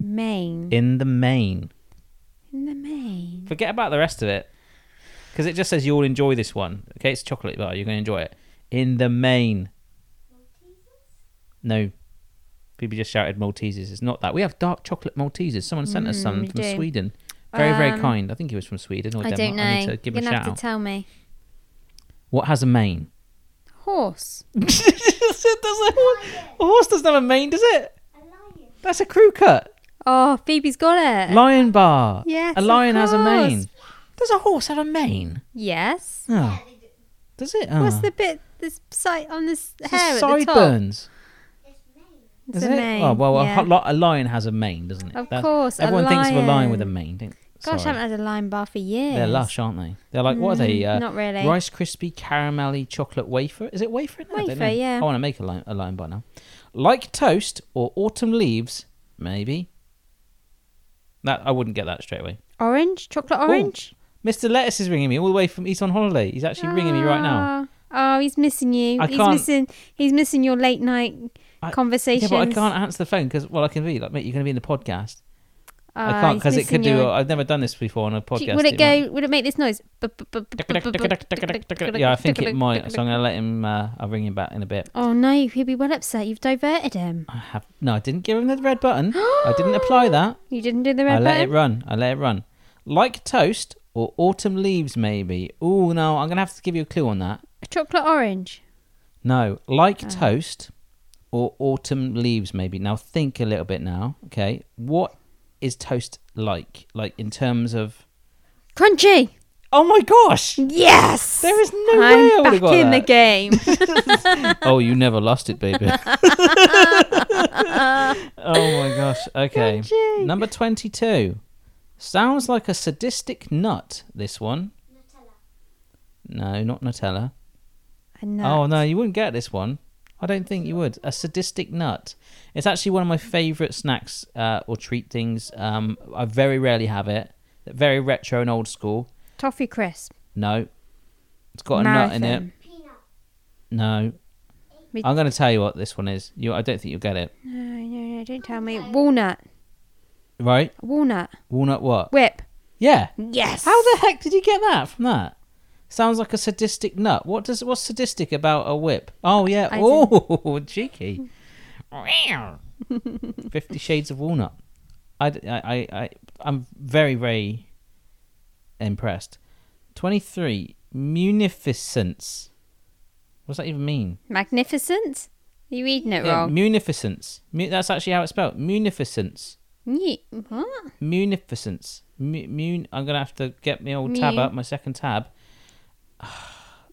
main.
In the main.
In the main.
Forget about the rest of it. Because it just says you'll enjoy this one. Okay, it's chocolate bar. You're going to enjoy it. In the main. No. People just shouted Maltesers. It's not that. We have dark chocolate Maltesers. Someone sent us
Mm,
some
we
from
do.
Sweden. Very, very
Um,
kind. I think he was from Sweden or
I
Denmark.
don't know.
I need to give
You're
him a
gonna
shout
have
out.
to tell me.
what has a (laughs)
(laughs)
mane?
Horse.
It doesn't- a horse doesn't have a mane, does it?
A lion.
That's a crew cut.
Oh, Phoebe's got it.
Lion bar.
Yes,
A
of
lion has a
course.
mane. Does a horse have a mane?
yes.
Oh. Does it? Oh.
What's the bit this side on this
It's the
hair at the top?
sideburns.
It's
Is
a
it?
mane.
Oh well, a
yeah.
ho- li- a lion has a mane, doesn't it?
Of course, a
everyone thinks of a lion with a
lion.
mane. Don't, sorry.
Gosh, I haven't had a lime bar for years.
they're lush, aren't they? They're like what are they?
Mm,
Uh,
not really.
Rice crispy caramelly chocolate wafer. Is it wafer? No, I don't
Wafer,
know.
yeah.
I want to make a lion, a lion bar now. Like toast or autumn leaves, maybe. That I wouldn't get that straight away.
Orange, chocolate orange.
Mister Lettuce is ringing me all the way from. He's on holiday. He's actually ringing me right now.
Ah. Oh, he's missing you.
I
he's
can't-
missing. He's missing your late night
I-
conversations.
Yeah, but I can't answer the phone because well, I can be like, mate, you're going to be in the podcast. I
Ah,
can't
he's
because it
missing
could do.
your-
I've never done this before on a
Do you-
podcast.
Will it
might-
go? Will it make this noise?
Yeah, I think it might. So I'm going to let him. Uh, I'll ring him back in a bit.
Oh no, he'll be well upset. You've diverted him.
I have no. I didn't give him the red button. I didn't (gasps) apply that.
You didn't do the
I
red
let it
button.
run. I let it run. Like toast or autumn leaves, maybe. Oh no, I'm going to have to give you a clue on that.
Chocolate orange.
No, like toast or autumn leaves, maybe. Now think a little bit. Now, okay, what is toast like? Like in terms of.
Crunchy.
Oh my gosh!
Yes.
There is no way I
I'm
would have
back
got
in
that.
the (laughs) game.
oh, you never lost it, baby. oh my gosh. Okay.
Crunchy.
Number 22. Sounds like a sadistic nut, this one.
Nutella.
No, not Nutella.
A nut.
Oh, no, you wouldn't get this one. I don't think you would. A sadistic nut. It's actually one of my favourite snacks uh, or treat things. Um, I very rarely have it. Very retro and old school.
Toffee crisp.
No. It's got a nut in it.
Marathon.
Peanut.
No.
Me-
I'm going to tell you what this one is. You, I don't think you'll get it.
No, no, no, don't tell me. Walnut.
Right?
Walnut.
Walnut what?
Whip.
Yeah.
Yes.
How the heck did you get that from that? Sounds like a sadistic nut. What does what's sadistic about a whip? Oh yeah.
I
Oh, (laughs) cheeky. Fifty Shades of Walnut. I, d- I, I, I, I'm very, very impressed. 23. Munificence. What does that even mean?
Magnificent? you reading it
Yeah,
wrong.
munificence. Mu- that's actually how it's spelled. Munificence.
Ye- what?
Munificence. Mu- mun. I'm gonna have to get my old tab
Mu-
up, my second tab. (sighs)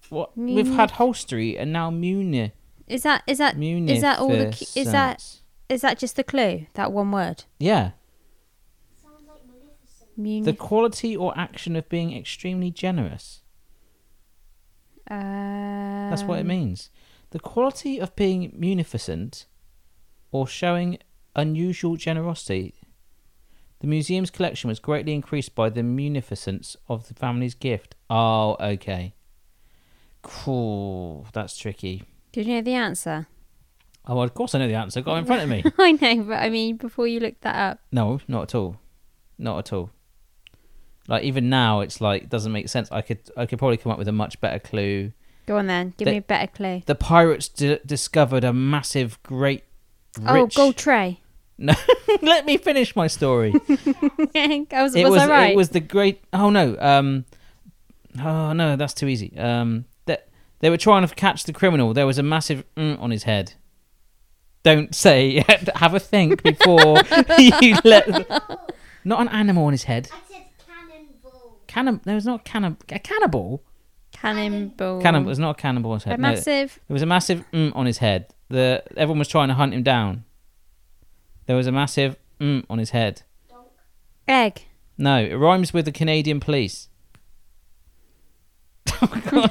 what we've had holstery and now muni.
Is that is that
Munificence.
is that all the cu- is that is that just the clue? That one word.
yeah
Sounds like Maleficent.
Muni-
the quality or action of being extremely generous? That's what it
Um,
means. The quality of being munificent or showing unusual generosity. The museum's collection was greatly increased by the munificence of the family's gift. Oh, okay. Cool. That's tricky.
Did you know the answer? (laughs)
Oh, well, of course I know the answer. Got it in front of me.
I know, but I mean, before you looked that up,
no, not at all. Not at all. Like even now, it's like doesn't make sense. I could I could probably come up with a much better clue.
go on then. Give
The-
me a better clue.
The pirates d- discovered a massive, great
Oh,
rich-
gold tray. (laughs)
No, let me finish my
(laughs)
story.
I was,
it
was,
was
I right?
it was the great. Oh no, um, oh no, that's too easy. Um, that they were trying to catch the criminal. There was a massive mm on his head. Don't say. (laughs) Have a think before (laughs) you let. Not an animal on his head.
I said cannonball.
Cannon. There was not cannon. A cannibal.
Cannonball.
Cannibal. There's not a cannibal on his head.
A
No,
massive.
There was a massive mm on his head. The everyone was trying to hunt him down. There was a massive mm on his head.
Egg.
No, it rhymes with the Canadian police. (laughs) Oh,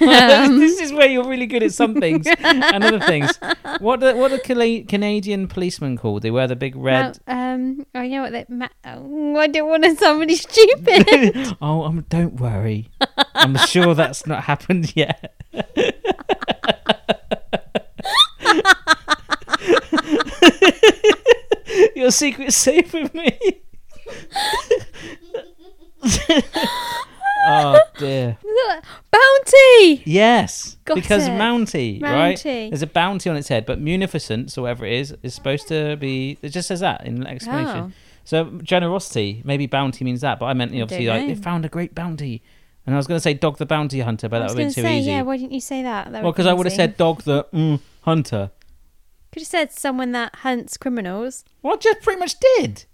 this is where you're really good at some things and other things. What the, what are Cala- Canadian policemen called? They wear the big red.
No, um, oh, you know what? That ma- oh, I don't want to sound
(laughs)
really (laughs) stupid.
oh, I'm, don't worry. I'm sure that's not happened yet. (laughs) Your secret's safe with me. (laughs) oh dear.
Bounty.
Yes,
Got
because
it.
Mountie, right?
Mountie.
There's a bounty on its head, but munificence or whatever it is is supposed to be. It just says that in
Oh.
explanation. So generosity, maybe bounty means that, but I meant you know, obviously
don't
like they
know.
found a great bounty, and I was going to say dog the bounty hunter, but
I
that
was
would have been
going to
too
say,
easy.
yeah. Why didn't you say that? that
well, because I would have said dog the mm, hunter.
Could have said someone that hunts criminals. (laughs)
Well, I just pretty much did.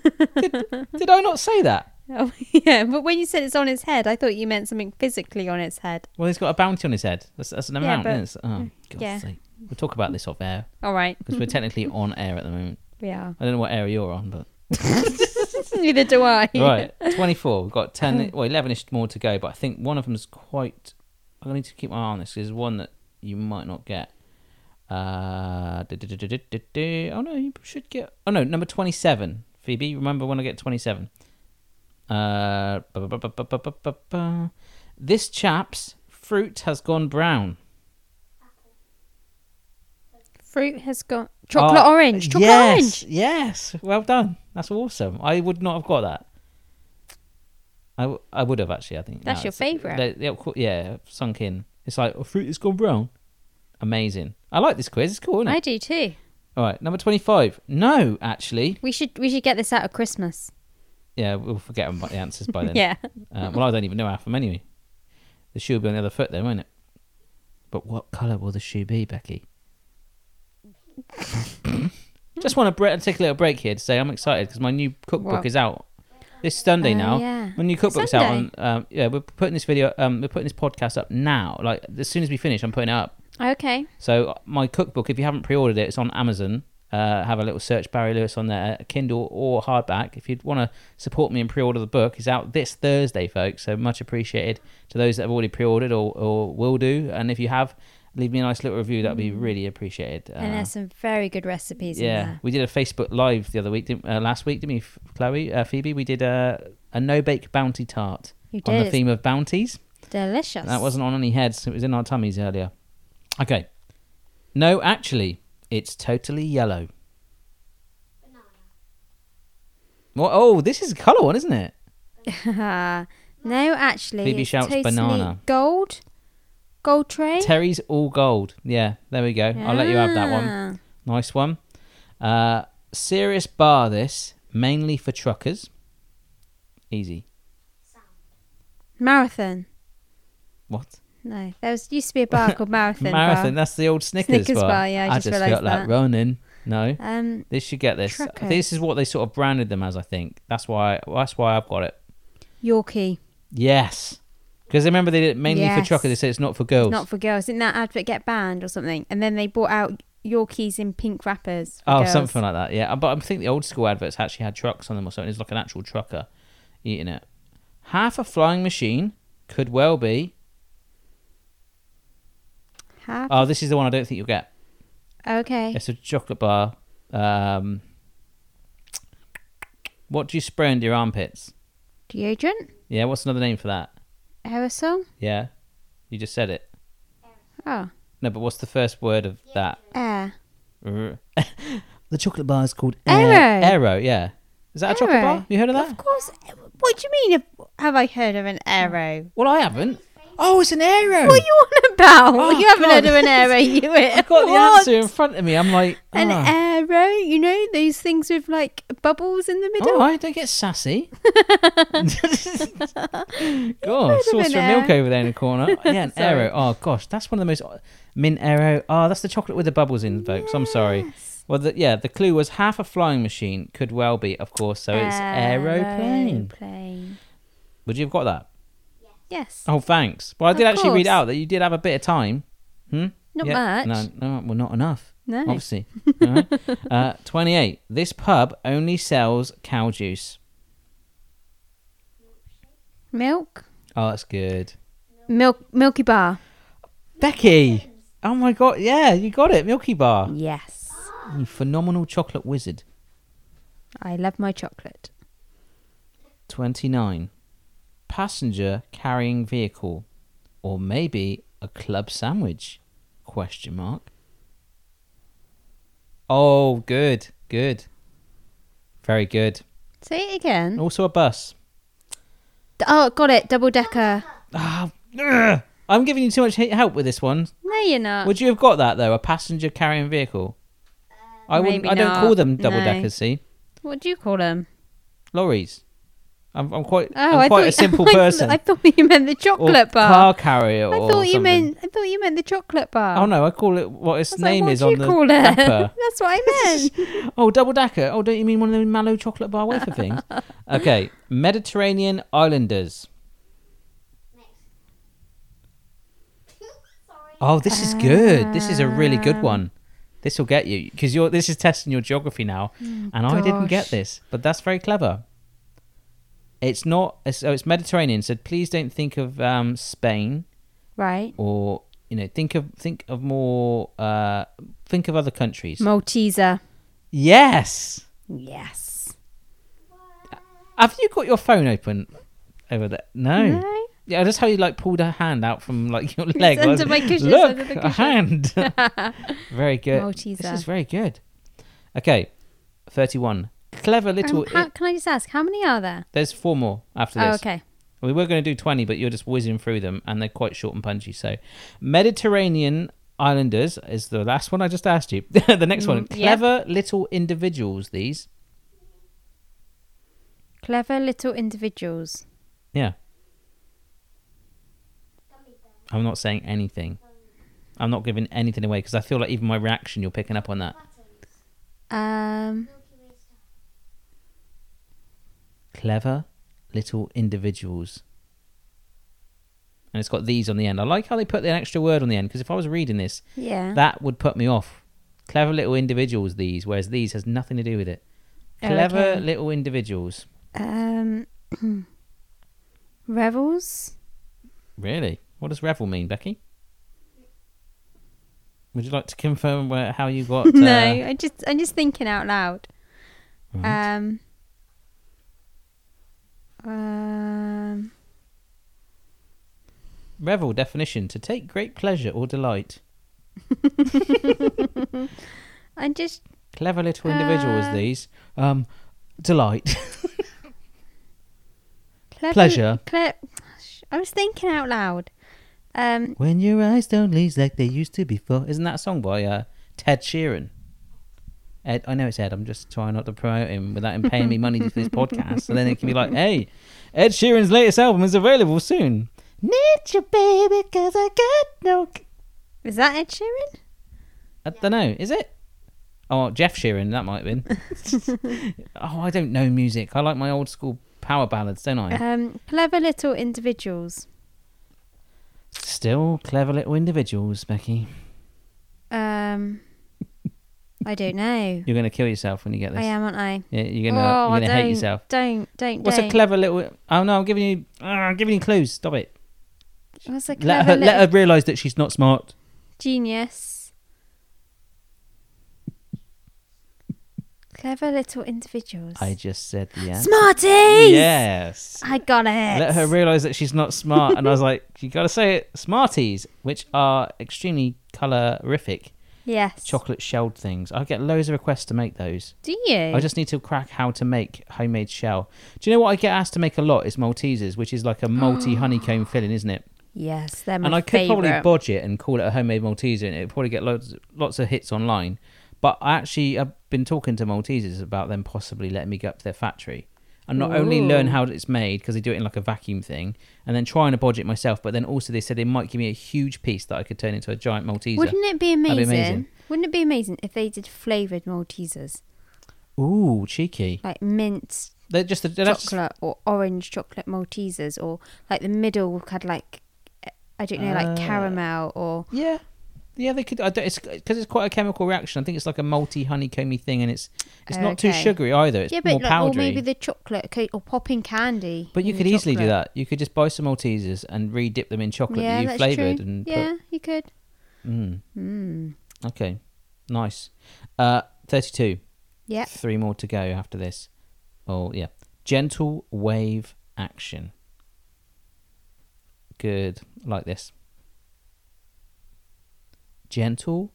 did. Did I not say that?
Oh, yeah, but when you said it's on its head, I thought you meant something physically on its head.
Well, he's got a bounty on his head. That's, that's an amount.
but-
isn't it? It's- Oh, God's
yeah.
sake. We'll talk about this off air
All right,
because
(laughs)
we're technically on air at the moment.
we are.
I don't know what area you're on, but
(laughs) Neither do I.
right, twenty-four. We've got ten, well, eleven-ish more to go. But I think one of them's quite. I need to keep my eye on this. 'cause There's one that you might not get. Uh, du- du- du- du- du- du- du. oh no, you should get. Oh no, number twenty-seven. Phoebe, remember when I get twenty-seven? Uh, bu- bu- bu- bu- bu- bu- bu- bu. this chap's fruit has gone brown.
(laughs) Fruit has got chocolate
Oh,
orange. Chocolate
yes,
orange.
Yes. Well done. That's awesome. I would not have got that. I, w- I would have actually. I think
That's your
it's-
favourite.
they- they- of cour- yeah, sunk in. It's like oh, fruit has gone brown. Amazing. I like this quiz. It's cool, isn't
I
it?
do too.
All right, number twenty-five. No, actually,
We should we should get this out of Christmas.
yeah, we'll forget about the answers by then.
(laughs) Yeah.
Uh, well, I don't even know half of them anyway. The shoe will be on the other foot, then, won't it? But what colour will the shoe be,
(laughs)
Becky? Just want to bre- take a little break here to say I'm excited because my new cookbook
What?
is out this Sunday
Oh,
now.
yeah.
My new cookbook's out on. Um, yeah, we're putting this video. Um, we're putting this podcast up now. Like as soon as we finish, I'm putting it up.
Okay.
So uh, my cookbook, if you haven't pre-ordered it, it's on Amazon. Uh, have a little search Barry Lewis on there, uh, Kindle or hardback. If you'd want to support me and pre-order the book, it's out this Thursday, folks. So much appreciated to those that have already pre-ordered or, or will do. And if you have, leave me a nice little review. That'd be really appreciated. Uh,
Mm. and there's some very good recipes in
yeah,
there.
we did a Facebook Live the other week, didn't, uh, last week, didn't we, F- Chloe, uh, Phoebe? We did a, a no-bake bounty tart
You
on
did.
the theme of bounties.
Delicious.
That wasn't on any heads. It was in our tummies earlier. Okay. No, actually, it's totally yellow. Well, oh, this is a colour one, isn't it?
(laughs) no, actually.
Phoebe
it's
shouts
totally
banana.
Gold. Gold tray.
Terry's all gold. Yeah, there we go. I'll let you have that one.
Ah.
Nice one. Uh, serious bar this, mainly for truckers. Easy.
Marathon.
What?
No, there was used to be a bar called Marathon.
Marathon.
Bar.
That's the old Snickers,
Snickers bar, yeah, I just
just
realised
felt like
that.
running. No.
Um,
They should get this. I think
Truckers.
This is what they sort of branded them as. I think that's why. That's why I've got it.
Yorkie.
Yes, because remember they did it mainly for
Yes.
trucker. They said it's not for girls.
Not for girls. Didn't that advert get banned or something? And then they brought out Yorkies in pink wrappers. for
oh,
girls.
something like that. Yeah, Uh, but I think the old school adverts actually had trucks on them or something. It's like an actual trucker eating it. Half a flying machine could well be.
Half-
Oh, this is the one I don't think you'll get.
okay.
It's a chocolate bar. Um, what do you spray under your armpits?
Deodorant?
Yeah, what's another name for that?
Aerosol?
Yeah, you just said it.
Oh,
No, but what's the first word of that?
air.
(laughs) the chocolate bar is called
Aero.
Aero, yeah. Is that a chocolate
Aero.
bar? You heard of that?
Of course. What do you mean? Have I heard of an aero?
Well, I haven't. Oh, it's an arrow.
What are you on about?
Oh,
you haven't
God.
heard of an arrow, (laughs) you
I got the
What?
answer in front of me. I'm like,
An
ah.
arrow, you know those things with like bubbles in the
All
middle.
right, don't get
(laughs)
sassy. (laughs) oh,
of an
saucer of
arrow.
milk over there in the
(laughs)
corner. Yeah, an
Sorry.
arrow. Oh gosh, that's one of the most mint arrow. Oh, that's the chocolate with the bubbles in, folks. I'm sorry. Well, the, yeah, the clue was half a flying machine could well be, of course. So it's aeroplane.
Aeroplane.
Would you have got that?
Yes.
Oh, thanks. Well, I did
Of
actually read
course.
out that you did have a bit of time. Hmm?
Not much.
No, no, well, not enough.
No.
Obviously. All
(laughs)
right. uh, 28. This pub only sells cow juice.
Milk.
Oh, that's good.
Milk. Milky bar.
Becky! Oh my god, yeah, you got it. Milky Bar.
Yes.
You phenomenal chocolate wizard.
I love my chocolate.
29. Passenger carrying vehicle. Or maybe a club sandwich? Question mark. Oh, good, good. Very good.
Say it again.
Also a bus.
D- Oh, got it. Double decker.
Ah, ugh. I'm giving you too much he- help with this one.
No, you're not.
Would you have got that though? A passenger carrying vehicle? I wouldn't.
Maybe
I don't
not.
call them double
No.
deckers. See,
what do you call them?
lorries. I'm, I'm quite.
Oh,
I'm
I
quite
thought,
a simple
(laughs) I thought-
person.
I thought you meant the
or
chocolate bar.
car carrier.
I
or
thought you
something.
meant. I thought you meant the chocolate bar.
Oh no, I call it what its
I was like,
name
what
is
do
on
you
the
call it? (laughs)
wrapper.
That's what I meant.
oh, double decker. Oh, don't you mean one of those mallow chocolate bar wafer things? Okay, Mediterranean islanders.
Sorry.
Oh, this is good. This is a really good
Um,
one. This will get you because you're. This is testing your geography now, and I didn't get
gosh.
this, but that's very clever. It's not. So it's Mediterranean. So please don't think of um, Spain
(laughs) right.
or you know think of think of more uh, think of other countries.
Malteser.
yes.
Yes.
Have you got your phone open over there? No.
No.
Yeah, that's how you like pulled her hand out from like
(laughs)
your leg.
under
wasn't
my
it?
cushion, it's
Look,
under the
a hand.
(laughs)
very good. This
Malteser.
is very good. Okay, thirty-one. Clever little.
Um, how,
i-
can I just ask how many are there?
There's four more after
Oh,
this.
okay.
We were going to do twenty, but you're just whizzing through them, and they're quite short and punchy. So, Mediterranean islanders is the last one I just asked you. (laughs) the next one.
Mm, yep.
Clever little individuals. These.
Clever little individuals.
Yeah. I'm not saying anything. I'm not giving anything away because I feel like even my reaction, you're picking up on that.
Um,
Clever little individuals. And it's got these on the end. I like how they put an extra word on the end because if I was reading this,
yeah.
that would put me off. Clever little individuals, these, whereas these has nothing to do with it.
Oh,
Clever
okay.
little individuals.
Um, (clears throat) revels.
Really? What does revel mean, Becky? Would you like to confirm where, how you got? uh,
(laughs) no, I just I'm just thinking out loud. Um. Um.
Revel definition to take great pleasure or delight.
I just
Clever little individuals
Uh,
these. Um delight.
clever,
Pleasure.
Cle- I was thinking out loud. Um.
when your eyes don't leave like they used to before. Isn't that a song by uh, Ted Sheeran? Ed I know it's Ed, I'm just trying not to promote him without him paying me money for this podcast. So then it can be like, hey, Ed Sheeran's latest album is available soon. Need you baby cause I got no c-
Is that Ed Sheeran?
I don't know. Is it? Oh, Jeff Sheeran. That might have been. oh, I don't know music. I like my old school power ballads, don't I?
Um. Clever little individuals.
Still clever little individuals, Becky.
Um. I
(laughs)
don't know.
You're going to kill yourself when you get this.
I am, aren't I?
Yeah, You're going to
oh,
you're going to
don't,
hate yourself.
Don't, don't,
What's
don't.
a clever little? Oh no, I'm giving you. ah, I'm giving you clues. Stop it.
What's a
Let
clever
her
little
let her realise that she's not smart.
genius? clever little individuals.
I just said yeah.
Smarties!
Yes.
I got it.
Let her realise that she's not smart, and I was like, you got to say it. Smarties, which are extremely colorific.
yes.
chocolate shelled things. I get loads of requests to make those.
Do you?
I just need to crack how to make homemade shell. Do you know what I get asked to make a lot is Maltesers, which is like a multi honeycomb filling, isn't it?
Yes, they're Ah. my
and I could probably
favourite.
bodge it and call it a homemade Malteser, and it would probably get loads lots of hits online. But I actually I've been talking to Maltesers about them possibly letting me go up to their factory and not only learn
Ooh.
how it's made because they do it in like a vacuum thing, and then trying to bodge it myself. But then also they said they might give me a huge piece that I could turn into a giant Malteser.
Wouldn't it be
That'd
amazing?
be amazing.
Wouldn't it be amazing if they did flavoured Maltesers?
Ooh, cheeky!
Like mint
They're just they're just-
chocolate or orange chocolate Maltesers, or like the middle had like, I don't know,
Ah.
like caramel or.
Yeah, yeah, they could. I don't, it's because it's quite a chemical reaction. I think it's like a malty honeycomby thing, and it's it's not too
Okay.
sugary either. It's
yeah,
more
but like, or
powdery.
maybe the chocolate co- or popping candy.
but you
in
could
the
easily do
chocolate.
that. You could just buy some Maltesers and re-dip them in chocolate
Yeah,
that you
that's
flavored
true.
and
yeah, you could.
put. Mm,
Mm.
okay, nice. Uh, thirty-two.
Yeah.
Three more to go after this. Oh yeah, gentle wave action. Good, I like this. Gentle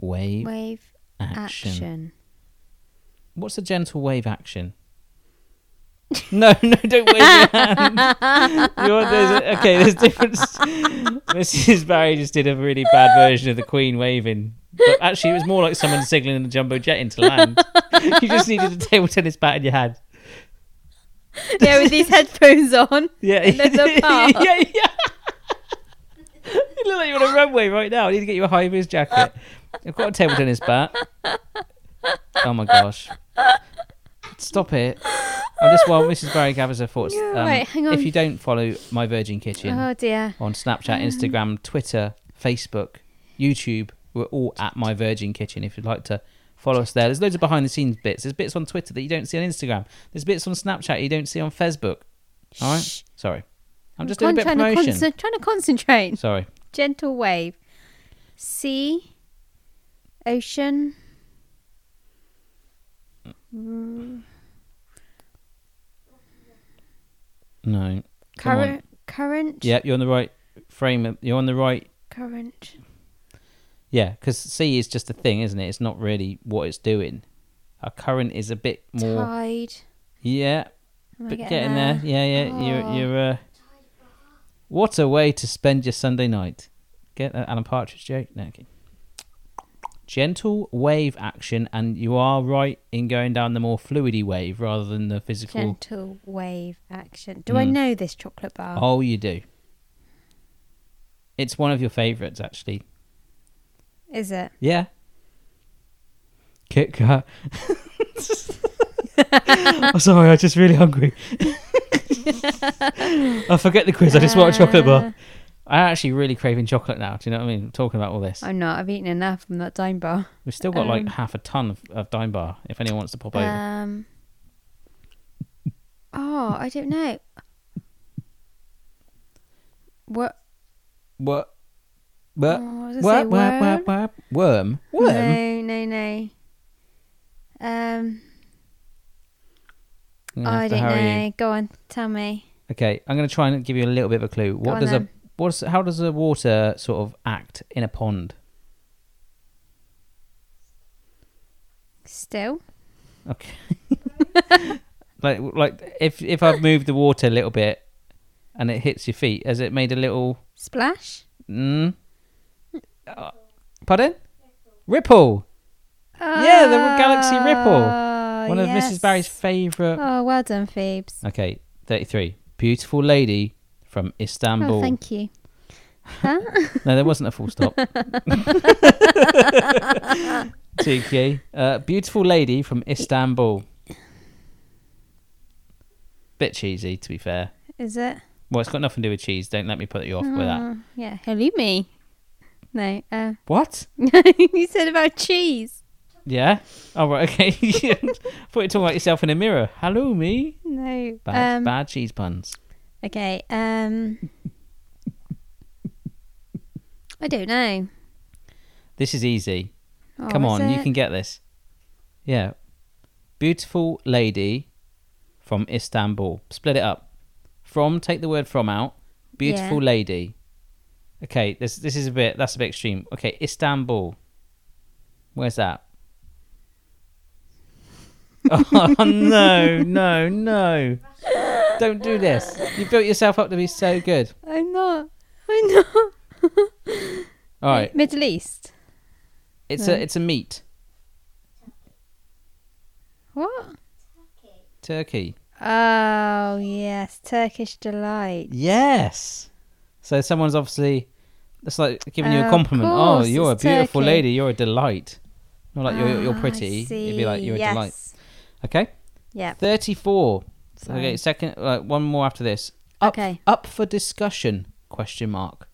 wave,
Wave action.
action. (laughs) What's a gentle wave action? (laughs) no, no, don't wave your hand. (laughs) You want- there's a- okay, there's different. (laughs) Mrs. Barry just did a really bad version of the Queen waving. But actually, it was more like someone signaling the jumbo jet into land. (laughs) you just needed a table tennis bat in your hand.
yeah, with these headphones on.
Yeah,
then the bar.
(laughs) yeah, yeah. you look like you're on a runway right now. I need to get you a high vis jacket. I've got a table tennis bat. Oh my gosh! Stop it! I'm just while Mrs. Barry gathers her thoughts.
You're right, hang on.
um, If you don't follow my Virgin Kitchen
Oh dear.
on Snapchat, Instagram, Twitter, Facebook, YouTube, we're all at my Virgin Kitchen. If you'd like to follow us there, there's loads of behind the scenes bits. There's bits on Twitter that you don't see on Instagram. There's bits on Snapchat you don't see on Facebook. All right. Sorry. I'm just doing a bit of
Con- trying, to
promotion.
concen- trying to concentrate.
Sorry.
Gentle wave. Sea. Ocean.
No. Come on.
Current. Current.
Yep, you're on the right frame. of- You're on the right.
Current.
Yeah, because sea is just a thing, isn't it? It's not really what it's doing. Our current is a bit more.
Tide.
Yeah,
Am
but
I getting
getting there. Yeah, yeah.
Oh.
You're, you're. Uh, what a way to spend your Sunday night. Get that Alan Partridge joke. No, okay. Gentle wave action, and you are right in going down the more fluidy wave rather than the physical.
Gentle wave action. Do I
Mm.
know this chocolate bar?
Oh, you do. It's one of your favourites, actually. (laughs)
Is it?
Yeah. Kit (laughs)
(laughs)
Kat. I'm Oh, sorry, I'm just really hungry. (laughs) I forget the quiz. I just want a chocolate
Uh,
bar. I'm actually really craving chocolate now. Do you know what I mean? Talking about all this,
I'm not. I've eaten enough from that dime bar.
we've still got like
um,
half a ton of, of dime bar. If anyone wants to pop over,
Um. Oh, I don't know. What?
what? What?
Oh, what,
What? What? What? What? Worm. Worm.
No, no, no. Um,
I'm gonna
I
have to
don't
hurry you.
know. Go on, tell me.
Okay, I'm going to try and give you a little bit of a clue. What
on
does a
then.
what's how does the water sort of act in a pond?
Still, (laughs)
Okay. like like if if I've moved the water a little bit and it hits your feet, has it made a little
splash.
mm, uh, pardon? Ripple. Yeah, the Galaxy Ripple.
Oh,
One of
yes.
Mrs. Barry's favourite.
Oh, well done, Phoebes.
Okay, 33. Beautiful lady from Istanbul.
Oh, thank you.
No,
(laughs)
there wasn't a full stop. Cheeky. Uh, beautiful lady from Istanbul. Bit cheesy, to be fair.
Is it?
Well, it's got nothing to do with cheese. Don't let me put you off with that.
Oh, Yeah, hello me. No, uh, (laughs)
What?
you said about cheese.
Yeah. Oh, right. Okay. (laughs)
(laughs)
I thought you were talking about yourself in a mirror. Hello, me.
No.
Bad,
um,
bad cheese puns.
Okay. Um, I don't know.
This is easy.
Oh,
Come
is
on, you
it?
can get this. Yeah. Beautiful lady from Istanbul. Split it up. From, take the word from out. Beautiful
Yeah.
lady. Okay, this this is a bit that's a bit extreme. Okay, Istanbul. Where's that? (laughs) oh no, no, no. Don't do this. You built yourself up to be so good.
I'm not. I'm not.
All right,
(laughs) Middle East.
it's
No.
a it's a meat
What?
turkey.
Oh yes, Turkish delight.
Yes. So someone's obviously that's like giving you a
Of
compliment. Oh,
course,
you're a
it's
beautiful
turkey.
lady. You're a delight. Not like you're you're
Ah, I
pretty. It'd be like
see.
you're a
yes.
delight. Okay,
Yep.
thirty four. Okay,
Sorry.
second. Uh, one more after this. Up,
Okay.
Up for discussion? Question mark.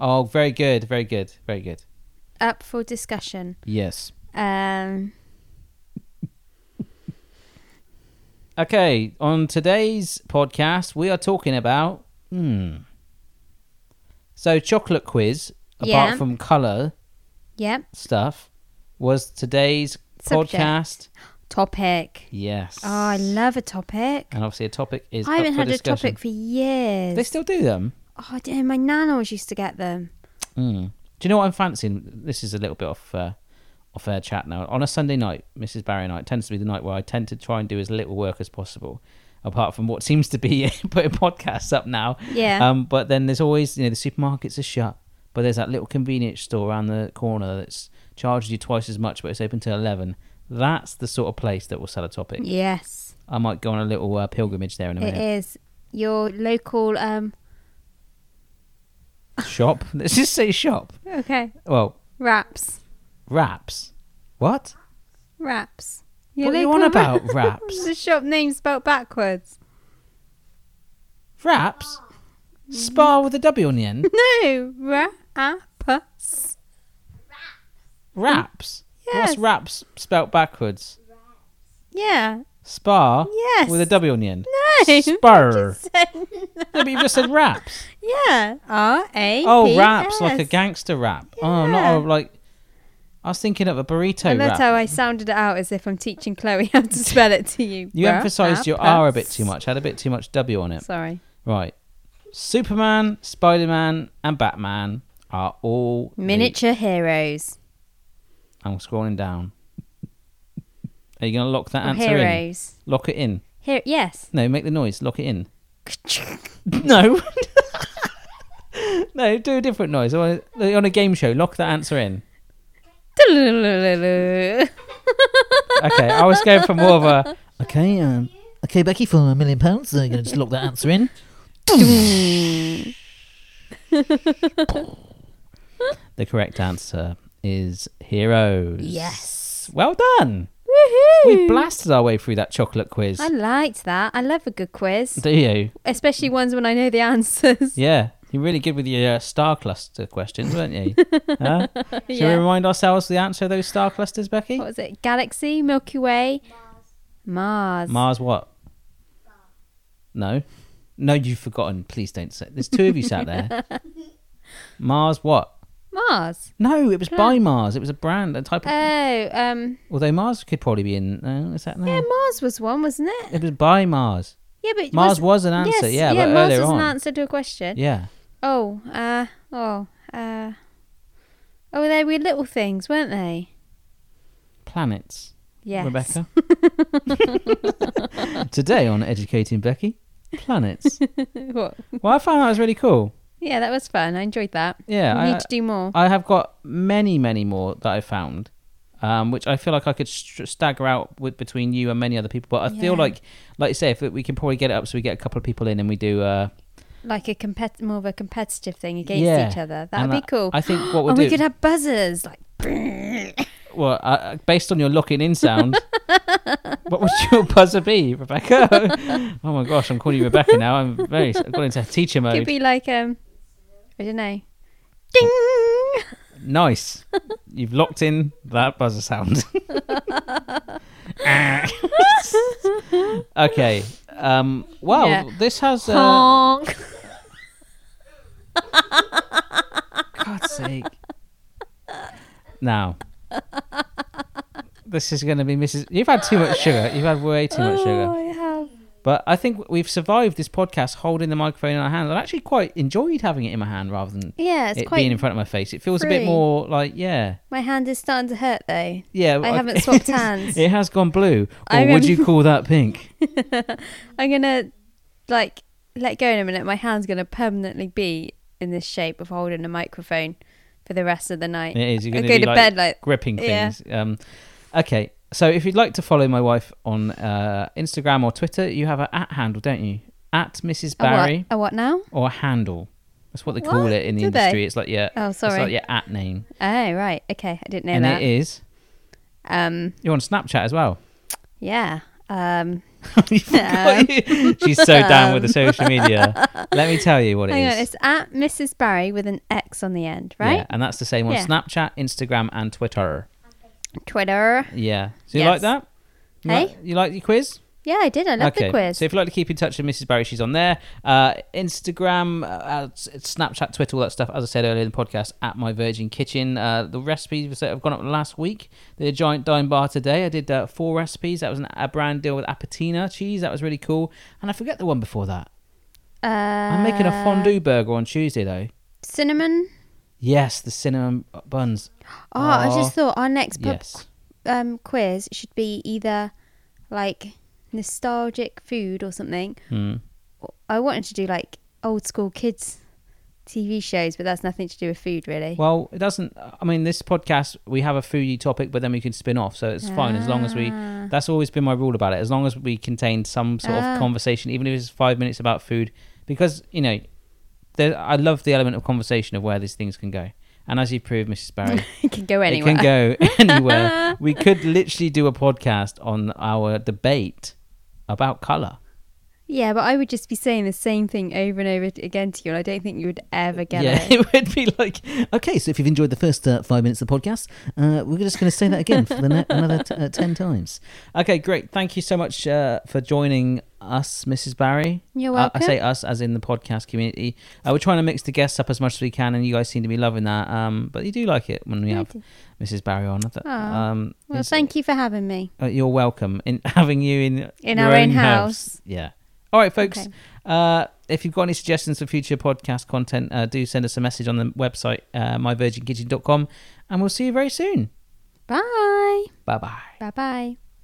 Oh, very good, very good, very good.
Up for discussion.
Yes.
Um.
Okay, on today's podcast, we are talking about hmm. So, chocolate quiz, apart
Yeah.
from color
Yep.
stuff, was today's
Subject.
podcast.
Topic.
Yes.
Oh, I love a topic.
And obviously, a topic is.
I haven't
up for
had a
discussion.
topic for years.
They still do them.
Oh, dear, my nan always used to get them.
Mm. Do you know what I'm fancying? This is a little bit off uh, off air chat now. On a Sunday night, Mrs. Barry night tends to be the night where I tend to try and do as little work as possible, apart from what seems to be (laughs) putting podcasts up now.
Yeah.
Um, but then there's always you know the supermarkets are shut, but there's that little convenience store around the corner that's charges you twice as much, but it's open till eleven. That's the sort of place that will sell a topic.
Yes,
I might go on a little uh, pilgrimage there in a
it
minute.
is. Your local. Um. eh.
Shop. (laughs) Let's just say shop.
Okay.
Well,
Wraps.
wraps. What?
Wraps.
What are you
(laughs)
on about, wraps?
the shop name spelt backwards.
Wraps?
Mm.
Spa with a W on the
(laughs)
end?
No, wraps.
Wraps?
Yes.
What's wraps spelt backwards?
Yeah.
Spa
Yes.
with a W on the end?
No. (laughs)
Spur.
yeah.
No, but you just said
(laughs)
wraps.
R A.
Oh, wraps, like a gangster rap. Oh, not a,
Yeah.
like. I was thinking of a burrito
And that's
wrap.
how I sounded it out, as if I'm teaching Chloe (laughs) how to spell it to you.
you emphasised your
Wraps.
R a bit too much, had a bit too much W on it.
Sorry.
Right. Superman, Spider Man, and Batman are all. the-
Miniature heroes.
I'm scrolling down. Are you going to lock that
Or
answer in?
heroes.
Lock it in.
Here, yes. (laughs)
No, make the noise. Lock it in. (laughs) No. (laughs) no, do a different noise. I wanna- On a game show, lock that answer in. Okay, I was going for more of a. Okay, um, okay, Becky, for a million pounds, so you're going to just lock that answer in. (laughs) the correct answer is heroes.
Yes.
Well done. We
Woohoo!
blasted our way through that chocolate quiz.
Hmm. I liked that. I love a good quiz,
Do you?
especially ones when I know the (laughs) answers.
Yeah, you're really good with your uh, star cluster questions, weren't
(laughs)
you? huh? Should we remind ourselves the answer of those star clusters, Becky?
What was it? Galaxy, Milky Way, Mars.
Mars what? No. No, you've forgotten. Please don't say. There's two of you sat
(laughs)
there. Mars what?
Mars.
No, it was by Mars. It was a brand, a type of.
Oh, um,
although Mars could probably be in. Uh, is that no?
yeah, Mars was one, wasn't it?
it was by Mars.
Yeah, but
Mars was an answer,
Yes,
yeah, but
Mars
earlier
was
on.
an answer to a question.
Yeah.
Oh, uh, oh, uh, oh, they were little things, weren't they?
Planets.
Yes.
Rebecca. (laughs) Today on Educating Becky,
(laughs)
planets.
(laughs) What?
well, I found that was really cool.
Yeah, that was fun. I enjoyed that.
Yeah,
We
I-
need to do more.
I have got many, many more that I found, um, which I feel like I could st- stagger out with between you and many other people. But I feel
Yeah.
like, like you say, if we can probably get it up, so we get a couple of people in and we do. Uh,
like a compet- more of a competitive thing against
Yeah.
each other. That'd
And
be
I-
cool.
I think
(gasps)
what we'll
oh,
do-
we could have buzzers like.
well, uh, based on your locking in
(laughs)
sound, what would your buzzer be, Rebecca? (laughs) oh my gosh, I'm calling you Rebecca now. I'm very I've gone into teacher
Could
mode.
be like um, I don't know. Ding.
nice, (laughs) you've locked in that buzzer
(laughs)
sound. (laughs) okay. Um, well,
Yeah.
this has. Uh,
Honk.
God's sake. Now, this is going to be Mrs. You've had too much sugar. You've had way too much
Oh,
sugar.
I have.
But I think we've survived this podcast holding the microphone in our hand. I actually quite enjoyed having it in my hand rather than
Yeah, it's
it
quite.
being in front of my face. It feels a bit
free.
more like, yeah.
My hand is starting to hurt though.
Yeah,
I
(laughs)
haven't swapped hands.
It has gone blue. Or
I
would
(laughs) rem- (laughs)
you call that pink?
I'm gonna like let go in a minute, my hand's going to permanently be in this shape of holding a microphone for the rest of the night.
It is. You're
I
going
go
be
to
like
bed like,
gripping
Yeah.
things. Um, okay, so if you'd like to follow my wife on uh, Instagram or Twitter, you have a at handle, don't you? At Mrs
a what,
Barry
a what now?
or handle. That's what they
What?
call it in the
Do they?
industry. It's like yeah,
Oh,
it's like
sorry.
your at name,
Oh, right. Okay. I didn't know
and
that.
it is.
Um,
You're on Snapchat as
(laughs)
well. (laughs)
yeah. Um,
You forgot you- She's so down with the social
(laughs)
media. Let me tell you what it is.
hang on. It's at Mrs. Barry with an X on the end,
Yeah,
right?
and that's the same on
Yeah.
Snapchat, Instagram, and Twitter.
Twitter.
Yeah. So you like
Yes.
that? You
Hey?
like, you like your quiz?
Yeah, I did. I love the quiz.
So if you'd like to keep in touch with Mrs. Barry, she's on there. Uh, Instagram, uh, uh, s- Snapchat, Twitter, all that stuff. As I said earlier in the podcast, at My Virgin Kitchen. Uh, the recipes that have gone up last week. The Giant Dime Bar today. I did uh, four recipes. That was an, a brand deal with Apatina cheese. That was really cool. And I forget the one before that.
uh,
I'm making a fondue burger on Tuesday, though.
Cinnamon.
Yes, the cinnamon buns.
Oh, I
Oh,
just thought our next pub
Yes.
um, quiz should be either like nostalgic food or something.
Mm.
I wanted to do like old school kids TV shows, but that's nothing to do with food, really.
Well, it doesn't. I mean, this podcast we have a foodie topic, but then we can spin off, so it's fine as long as we.
Ah.
That's always been my rule about it. As long as we contain some sort
Ah.
of conversation, even if it's five minutes about food, because you know, there, I love the element of conversation of where these things can go. And as you proved, Mrs.
(laughs)
Barry,
(laughs) it can go anywhere.
it can go anywhere. we could literally do a podcast on our debate about color.
(laughs) Yeah, but I would just be saying the same thing over and over t- again to you, and I don't think you would ever get
yeah,
(laughs) it.
(laughs) it would be like, okay, so if you've enjoyed the first uh, five minutes of the podcast, uh, we're just going to say that again for the ne- another t- uh, 10 times. Okay, great. Thank you so much uh, for joining us, Mrs. Barry.
You're
Uh,
welcome.
I say us as in the podcast community. Uh, we're trying to mix the guests up as much as we can, and you guys seem to be loving that. Um, but you do like it when we
I
have
do.
Mrs. Barry on. I th-
Aw.
Um,
Well, thank you for having me.
uh, you're welcome in (laughs) having you in
In
your
our own house.
Yeah. All right, folks.
Okay.
Uh, if you've got any suggestions for future podcast content, uh, do send us a message on the website uh, myvirginkitchen.com, and we'll see you very soon.
Bye.
Bye bye.
Bye bye.